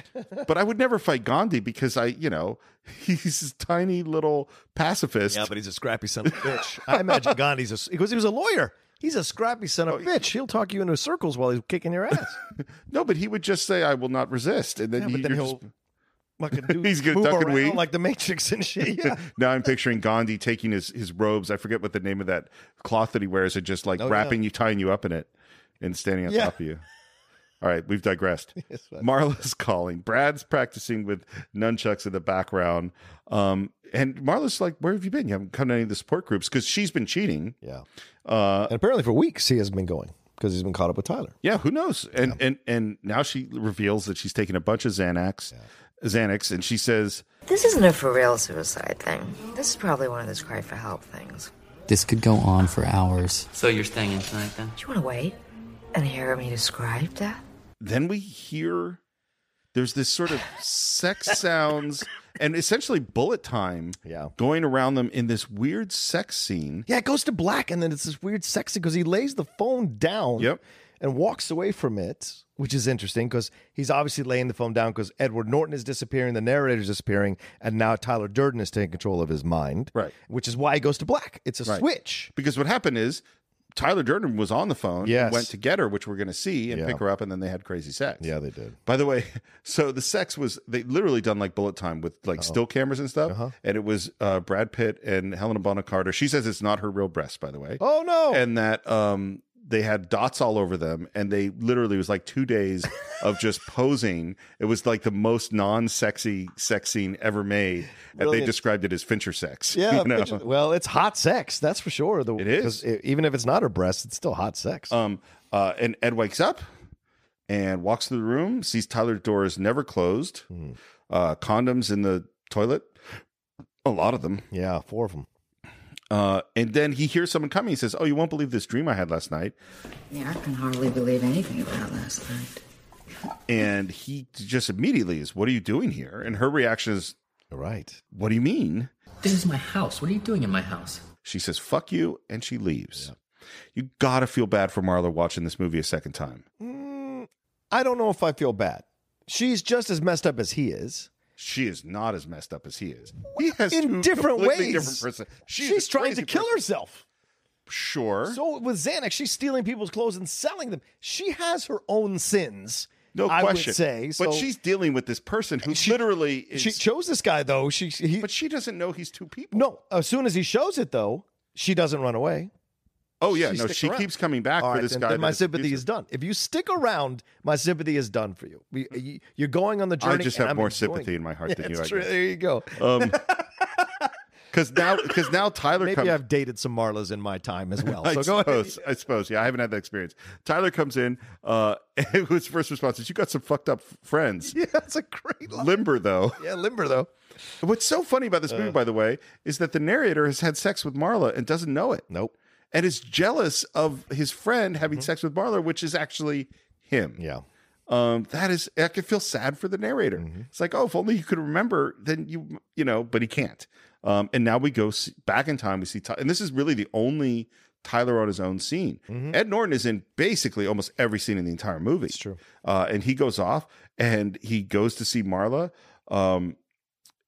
but I would never fight Gandhi because I, you know, <laughs> he's this tiny little pacifist. yeah, but he's a scrappy son <laughs> of a bitch. I imagine Gandhi's a because he was a lawyer. He's a scrappy son Oh, of a bitch. He'll talk you into circles while he's kicking your ass. no, but he would just say, "I will not resist," and <laughs> then, Yeah, you, but then you're he'll just- <laughs> fucking do, He's gonna move duck and around weave. like the Matrix and shit. <laughs> Yeah. now I'm picturing Gandhi taking his, his robes. I forget what the name of that cloth that he wears, and just like Oh, yeah. wrapping you, tying you up in it, and standing on Yeah. top of you. All right, we've <laughs> digressed. Marla's <laughs> calling. Brad's practicing with nunchucks in the background. Um, and Marla's like, "Where have you been? You haven't come to any of the support groups because she's been cheating." Yeah. Uh, and apparently for weeks he has been going because he's been caught up with Tyler. Yeah, who knows? And and and now she reveals that she's taking a bunch of Xanax, Xanax, and she says, This isn't a for real suicide thing. This is probably one of those cry for help things. This could go on for hours. So you're staying in tonight then? Do you want to wait and hear me describe death? then we hear there's this sort of sex <laughs> sounds and essentially bullet time yeah. going around them in this weird sex scene. Yeah, it goes to black, and then it's this weird sexy because he lays the phone down Yep. and walks away from it, which is interesting because he's obviously laying the phone down because Edward Norton is disappearing, the narrator's disappearing, and now Tyler Durden is taking control of his mind. Right. Which is why he goes to black. It's a Right. switch. Because what happened is Tyler Durden was on the phone Yes. and went to get her, which we're going to see, and Yeah. pick her up, and then they had crazy sex. Yeah, they did. By the way, <laughs> so the sex was they literally done like bullet time with like Uh-huh. still cameras and stuff, and it was uh, Brad Pitt and Helena Bonham Carter. She says it's not her real breast, by the way. Oh no! And that um, they had dots all over them, and they literally it was like two <laughs> days of just posing. It was like the most non-sexy sex scene ever made, and they Brilliant. described it as Fincher sex. <laughs> Yeah. you know? which is- well, it's hot sex, that's for sure. The, it is. even if it's not her breast, it's still hot sex. Um, uh, and Ed wakes up and walks through the room, sees Tyler's door is never closed, Hmm. uh, condoms in the toilet, a lot of them. Yeah, four of them. Uh, and then he hears someone coming. He says, "Oh, you won't believe this dream I had last night." Yeah, I can hardly believe anything about last night. And he just immediately is, "What are you doing here?" And her reaction is, "Right, what do you mean?" This is my house. What are you doing in my house? She says, "Fuck you," and she leaves. You gotta feel bad for Marla watching this movie a second time. I don't know if I feel bad. She's just as messed up as he is. She is not as messed up as he is. He has two in different completely ways. different person. She's She's, a trying crazy to kill person. herself. Sure. So with Xanax, she's stealing people's clothes and selling them. She has her own sins. No I question. Would say, so but she's dealing with this person who literally is. she chose this guy though. She he, but she doesn't know he's two people. No, as soon as he shows it though, she doesn't run away. Oh yeah, no, sticks she around. keeps coming back All for right, this then- guy. Then my that is sympathy abusive. is done. If you stick around, my sympathy is done for you. We- you- You're going on the Mm-hmm. I journey. just and have I'm more enjoying sympathy it. in my heart than you. That's I true. There you go. Because now, because now Tyler Maybe comes. I've dated some Marlas in my <laughs> time as well. I So go ahead. suppose. I suppose. Yeah, I haven't had that experience. Tyler comes in. Uh, <laughs> and his first response is, "You got some fucked up f- friends." <laughs> Yeah, that's a great line. Limber though. <laughs> Yeah, limber though. What's so funny about this movie, Uh. by the way, is that the narrator has had sex with Marla and doesn't know it. Nope. And is jealous of his friend having sex with Marla, which is actually him. Mm-hmm. Yeah. Um, that is, I could feel sad for the narrator. It's like, oh, if only you could remember, then you, you know, but he can't. Um, and now we go s back in time. We see, Ty- and this is really the only Tyler on his own scene. Ed Norton is in basically almost every scene in the entire movie. It's true. Uh, and he goes off and he goes to see Marla. Um,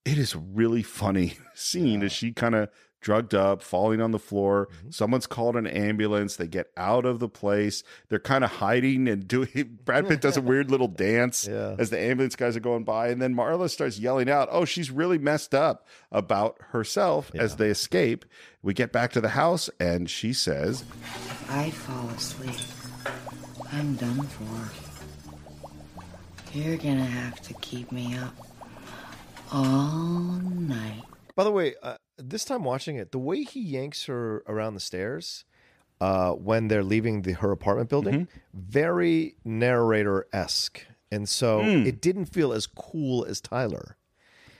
it is a really funny <laughs> scene as she kind of drugged up, falling on the floor. Someone's called an ambulance. They get out of the place. They're kind of hiding and <laughs> doing. Brad Pitt does a weird little dance as the ambulance guys are going by, and then Marla starts yelling out, "Oh, she's really messed up about herself." As they escape, we get back to the house, and she says, I fall asleep. I'm done for. You're gonna have to keep me up all night. By the way, uh, this time watching it, the way he yanks her around the stairs uh, when they're leaving the, her apartment building, Mm-hmm. very narrator esque, and so Hmm. it didn't feel as cool as Tyler.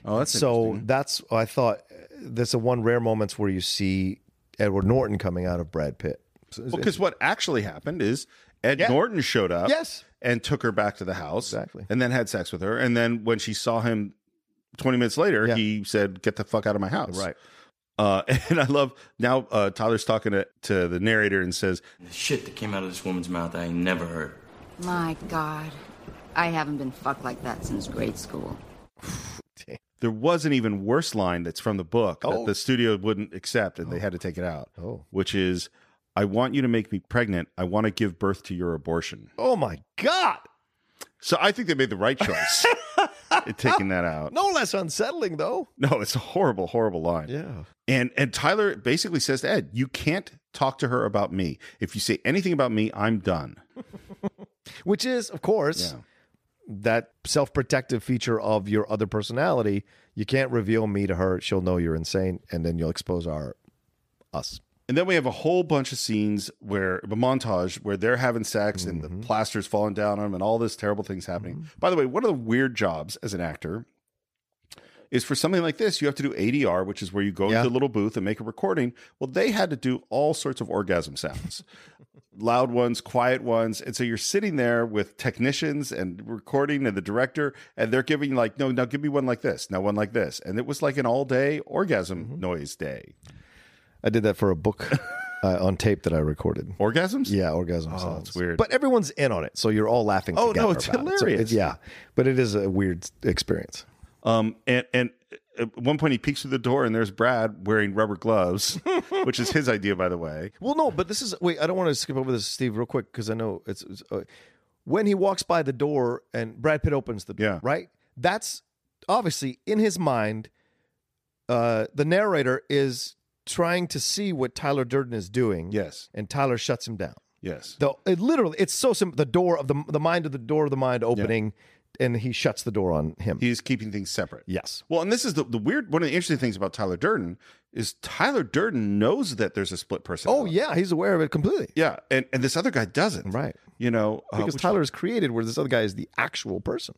Oh, that's so. interesting. That's I thought uh, that's the one rare moments where you see Edward Norton coming out of Brad Pitt. So it's- because what actually happened is Ed Yeah. Norton showed up, Yes. and took her back to the house, exactly, and then had sex with her, and then when she saw him twenty minutes later, he said, "Get the fuck out of my house," Right. Uh, <laughs> and I love now uh, Tyler's talking to, to the narrator and says, The shit that came out of this woman's mouth, I ain't never heard. My God. I haven't been fucked like that since grade school. "There was an even worse line that's from the book Oh. that the studio wouldn't accept, and they had to take it out." Oh. which is, "I want you to make me pregnant. I want to give birth to your abortion." oh my god! <laughs> So I think they made the right choice taking that out. No less unsettling, though. No, it's a horrible, horrible line. Yeah. And and Tyler basically says to Ed, "You can't talk to her about me. If you say anything about me, I'm done." Which is, of course, Yeah. that self protective feature of your other personality. You can't reveal me to her. She'll know you're insane, and then you'll expose our us. And then we have a whole bunch of scenes where a montage where they're having sex and the plaster's falling down on them and all this terrible things happening. By the way, one of the weird jobs as an actor is for something like this, you have to do ADR, which is where you go into a little booth and make a recording. Well, they had to do all sorts of orgasm sounds. Loud ones, quiet ones. And so you're sitting there with technicians and recording and the director, and they're giving like, no, now give me one like this, now one like this. And it was like an all day orgasm noise day. I did that for a <laughs> book uh, on tape that I recorded. Orgasms? Yeah, orgasm Oh, sounds. it's weird. But everyone's in on it, so you're all laughing. Oh, no, together it's about it. So hilarious. it- yeah, but it is a weird experience. Um, and and at one point he peeks through the door and there's Brad wearing rubber <laughs> gloves, which is his idea, by the way. Well, no, but this is wait. I don't want to skip over this, Steve, real quick because I know it's, it's uh, when he walks by the door and Brad Pitt opens the door. Yeah. Right. That's obviously in his mind. Uh, the narrator is trying to see what Tyler Durden is doing. Yes. And Tyler shuts him down. Yes. Though it literally, it's so simple. The door of the the mind of the door of the mind opening, and he shuts the door on him. He's keeping things separate. yes. Well, and this is the, the weird one of the interesting things about Tyler Durden is Tyler Durden knows that there's a split personality. Oh yeah, he's aware of it completely. Yeah. And and this other guy doesn't. Right. You know, uh, Because which- Tyler is created where this other guy is the actual person.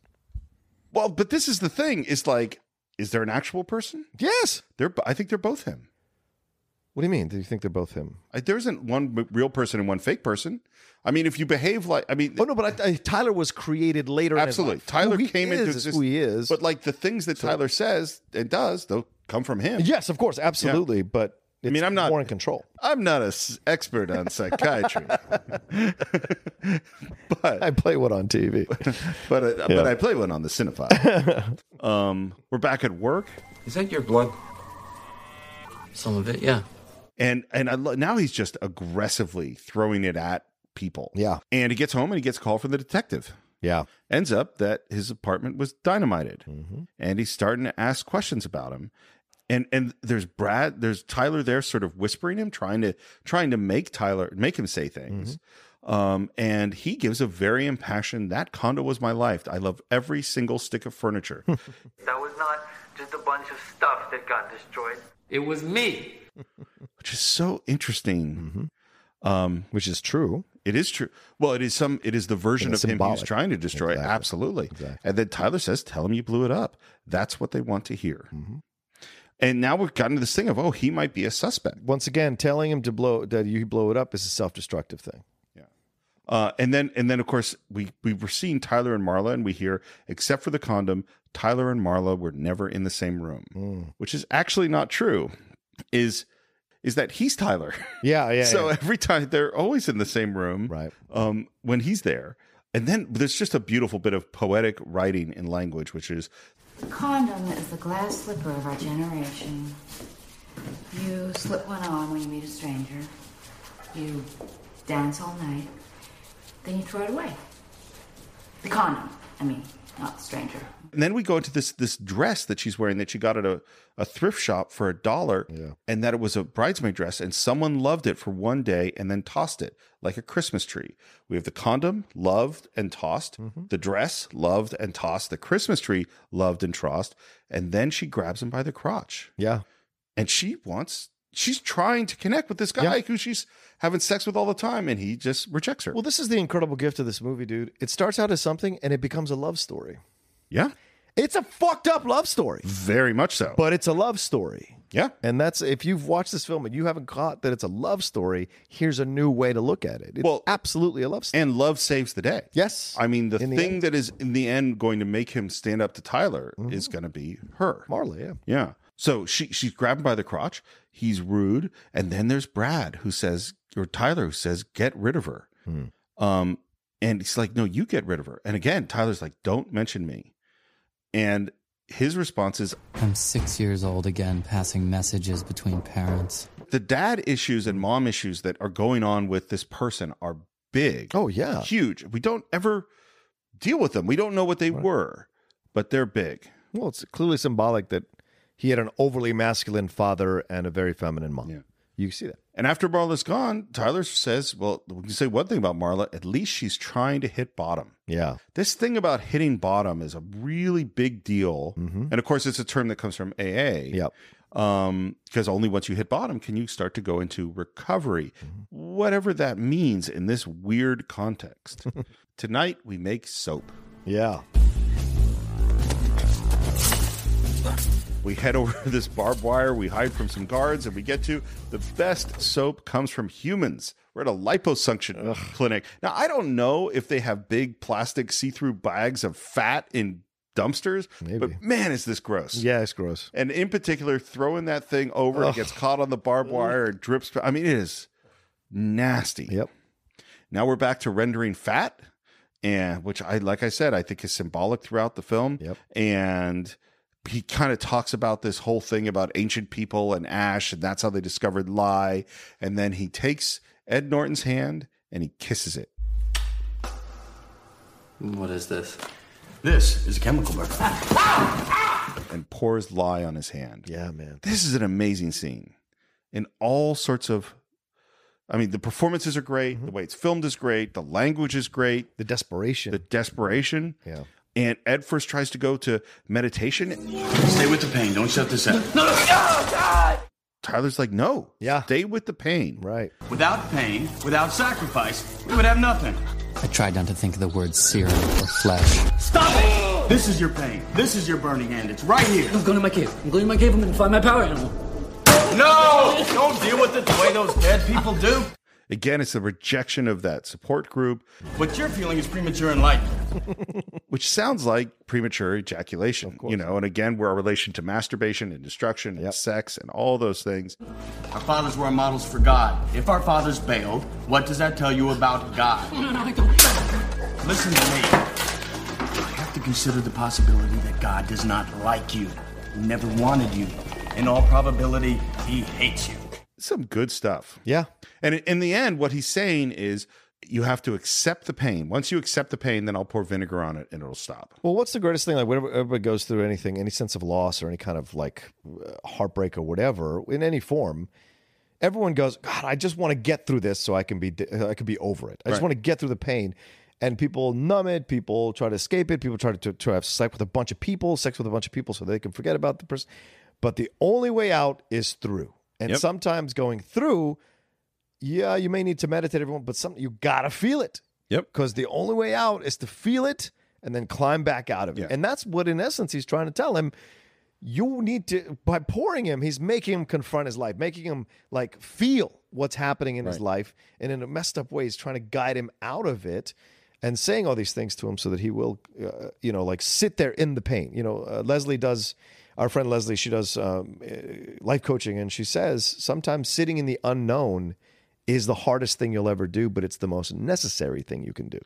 Well, but this is the thing, is like, is there an actual person? Yes. They're bo- I think they're both him. What do you mean? Do you think they're both him? I, there isn't one m- real person and one fake person. I mean, if you behave like I mean Oh no, but I, I, Tyler was created later. Absolutely. in his life. Tyler Who he came is into is existence. who he is. But like the things that Tyler says and does, they'll come from him. yes, of course, absolutely. But it's I mean, I'm not more in control. I'm not an expert on <laughs> psychiatry, uh, but <laughs> I play what <laughs> on TV. but I, but I play one on the cinephile. um, we're back at work, Is that your blood? Some of it, yeah. and and I lo- now he's just aggressively throwing it at people. Yeah. and he gets home and he gets a call from the detective. yeah. Ends up that his apartment was dynamited, and he's starting to ask questions about him. And and there's Brad, there's Tyler there, sort of whispering him, trying to trying to make Tyler make him say things. Um, and he gives a very impassioned. That condo was my life. I love every single stick of furniture. That was not just a bunch of stuff that got destroyed. It was me. which is so interesting. Um, Which is true. it is true. Well, it is some. It is the version And of it's him he's symbolic. trying to destroy. Absolutely. And then Tyler says, "Tell him you blew it up." That's what they want to hear. Mm-hmm. And now we've gotten to this thing of, oh, he might be a suspect. Once again, telling him to blow that you blow it up is a self destructive thing. Uh, and then, and then, of course, we we were seeing Tyler and Marla, and we hear, except for the condom, Tyler and Marla were never in the same room, Mm. which is actually not true. Is is that he's Tyler? Yeah. Yeah. <laughs> so yeah. every time they're always in the same room Right. um, when he's there and then there's just a beautiful bit of poetic writing in language which is The condom is the glass slipper of our generation. You slip one on when you meet a stranger. You dance all night. Then you throw it away. The condom, I mean, uh, not the stranger. and then we go into this this dress that she's wearing that she got at a, a thrift shop for a dollar and that it was a bridesmaid dress and someone loved it for one day and then tossed it like a christmas tree we have the condom loved and tossed the dress loved and tossed the christmas tree loved and tossed and then she grabs him by the crotch yeah. and she wants she's trying to connect with this guy who she's having sex with all the time and he just rejects her Well, this is the incredible gift of this movie, dude. It starts out as something and it becomes a love story. yeah It's a fucked up love story, very much so but it's a love story. yeah And that's if you've watched this film and you haven't caught that it's a love story, here's a new way to look at it. It's Well- absolutely a love story. and love saves the day Yes. i mean the In the thing end. Mm-hmm. that is in the end going to make him stand up to tyler is going to be her Marla, yeah. yeah so she she's grabbed by the crotch he's rude and then there's brad who says or tyler who says get rid of her Hmm. um and he's like no you get rid of her and again tyler's like don't mention me and his response is I'm six years old again, passing messages between parents. the dad issues and mom issues that are going on with this person are big. Oh, yeah. Huge. We don't ever deal with them. We don't know what they were. but they're big. Well, it's clearly symbolic that he had an overly masculine father and a very feminine mom. You can see that. And after Marla's gone, Tyler says, Well, we can say one thing about Marla. At least she's trying to hit bottom. Yeah. This thing about hitting bottom is a really big deal. And of course, it's a term that comes from AA. Mm-hmm. Yep. Because Um, only once you hit bottom can you start to go into recovery, whatever that means in this weird context. Tonight, we make soap. Yeah. We head over this barbed wire, we hide from some guards, and we get to the best soap comes from humans. We're at a liposuction clinic. Now, I don't know if they have big plastic see through bags of fat in dumpsters, but man, is this gross. Yeah, it's gross. And in particular, throwing that thing over, it Ugh. gets caught on the barbed wire, it drips. I mean, it is nasty. Yep. Now we're back to rendering fat, and which I like I said, I think is symbolic throughout the film. Yep. And he kind of talks about this whole thing about ancient people and ash, and that's how they discovered lie. And then he takes Ed Norton's hand and he kisses it. What is this? This is a chemical burn. and pours lye on his hand. Yeah, man. This is an amazing scene in all sorts of. I mean, the performances are great. Mm-hmm. The way it's filmed is great. The language is great. The desperation. The desperation. Yeah. And Ed first tries to go to meditation. Stay with the pain. Don't shut this out. Tyler's like, no. Yeah. Stay with the pain. Right. Without pain, without sacrifice, we would have nothing. I tried not to think of the word serum or flesh. Stop it! This is your pain. This is your burning end. It's right here. I'm going to my cave. I'm going to my cave. I'm going to find my power animal. No! Don't deal with it the way those dead people do. Again, it's the rejection of that support group, Mm-hmm. What you're feeling is premature enlightenment. which sounds like premature ejaculation. You know, and again, we're a relation to masturbation and destruction and sex and all those things. Our fathers were our models for God. If our fathers bailed, what does that tell you about God? Listen to me. You have to consider the possibility that God does not like you, never wanted you. In all probability, he hates you. some good stuff. Yeah. And in the end, what he's saying is you have to accept the pain. Once you accept the pain, then I'll pour vinegar on it and it'll stop. Well, what's the greatest thing? Like, whenever everybody goes through anything, any sense of loss or any kind of like uh, heartbreak or whatever, in any form, everyone goes, God, I just want to get through this so I can be, uh, I can be over it. I just Right. want to get through the pain. And people numb it. People try to escape it. People try to, to, to have sex with a bunch of people, sex with a bunch of people, so they can forget about the person. But the only way out is through. And Yep. sometimes going through, yeah, you may need to meditate, everyone, but something you gotta feel it. Yep. Because the only way out is to feel it and then climb back out of it. And that's what, in essence, he's trying to tell him. You need to, by pouring him, he's making him confront his life, making him like feel what's happening in his Right. life. And in a messed up way, he's trying to guide him out of it and saying all these things to him so that he will, uh, you know, like sit there in the pain. You know, uh, Leslie does, our friend Leslie, she does um, uh, life coaching and she says sometimes sitting in the unknown is the hardest thing you'll ever do, but it's the most necessary thing you can do.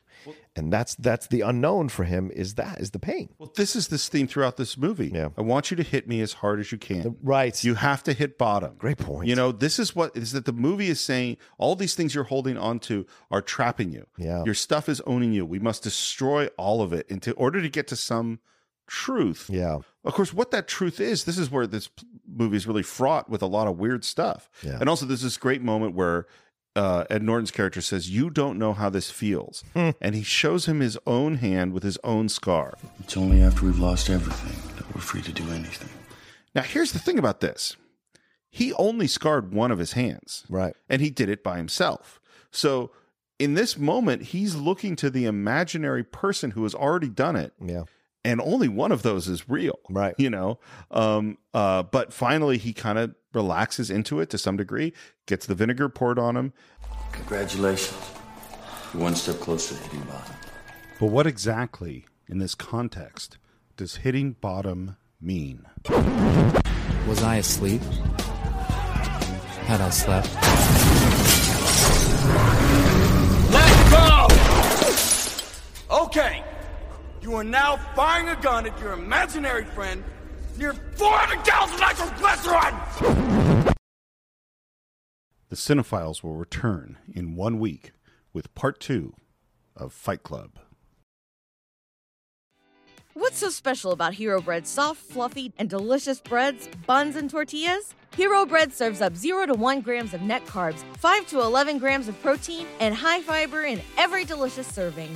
And that's that's the unknown for him is that is the pain. Well, this is this theme throughout this movie. Yeah. I want you to hit me as hard as you can. Right. You have to hit bottom. Great point. You know, this is what is that the movie is saying all these things you're holding on to are trapping you. Yeah. Your stuff is owning you. We must destroy all of it in to- order to get to some truth. Yeah. Of course, what that truth is, this is where this p- movie is really fraught with a lot of weird stuff. Yeah. And also, there's this great moment where uh, Ed Norton's character says, You don't know how this <laughs> feels. Hmm. and he shows him his own hand with his own scar. It's only after we've lost everything that we're free to do anything. Now, here's the thing about this he only scarred one of his hands. Right. And he did it by himself. So, in this moment, he's looking to the imaginary person who has already done it Yeah. and only one of those is real right you know um uh but finally he kind of relaxes into it to some degree gets the vinegar poured on him Congratulations. You're one step closer to hitting bottom. but what exactly in this context does hitting bottom mean Was I asleep? Had I slept? Let's go! Okay, you are now firing a gun at your imaginary friend near 400 gallons of nitroglycerin! the cinephiles will return in one week with part two of fight club What's so special about Hero Bread's soft, fluffy, and delicious breads, buns, and tortillas? Hero Bread serves up 0 to 1 grams of net carbs, 5 to 11 grams of protein, and high fiber in every delicious serving.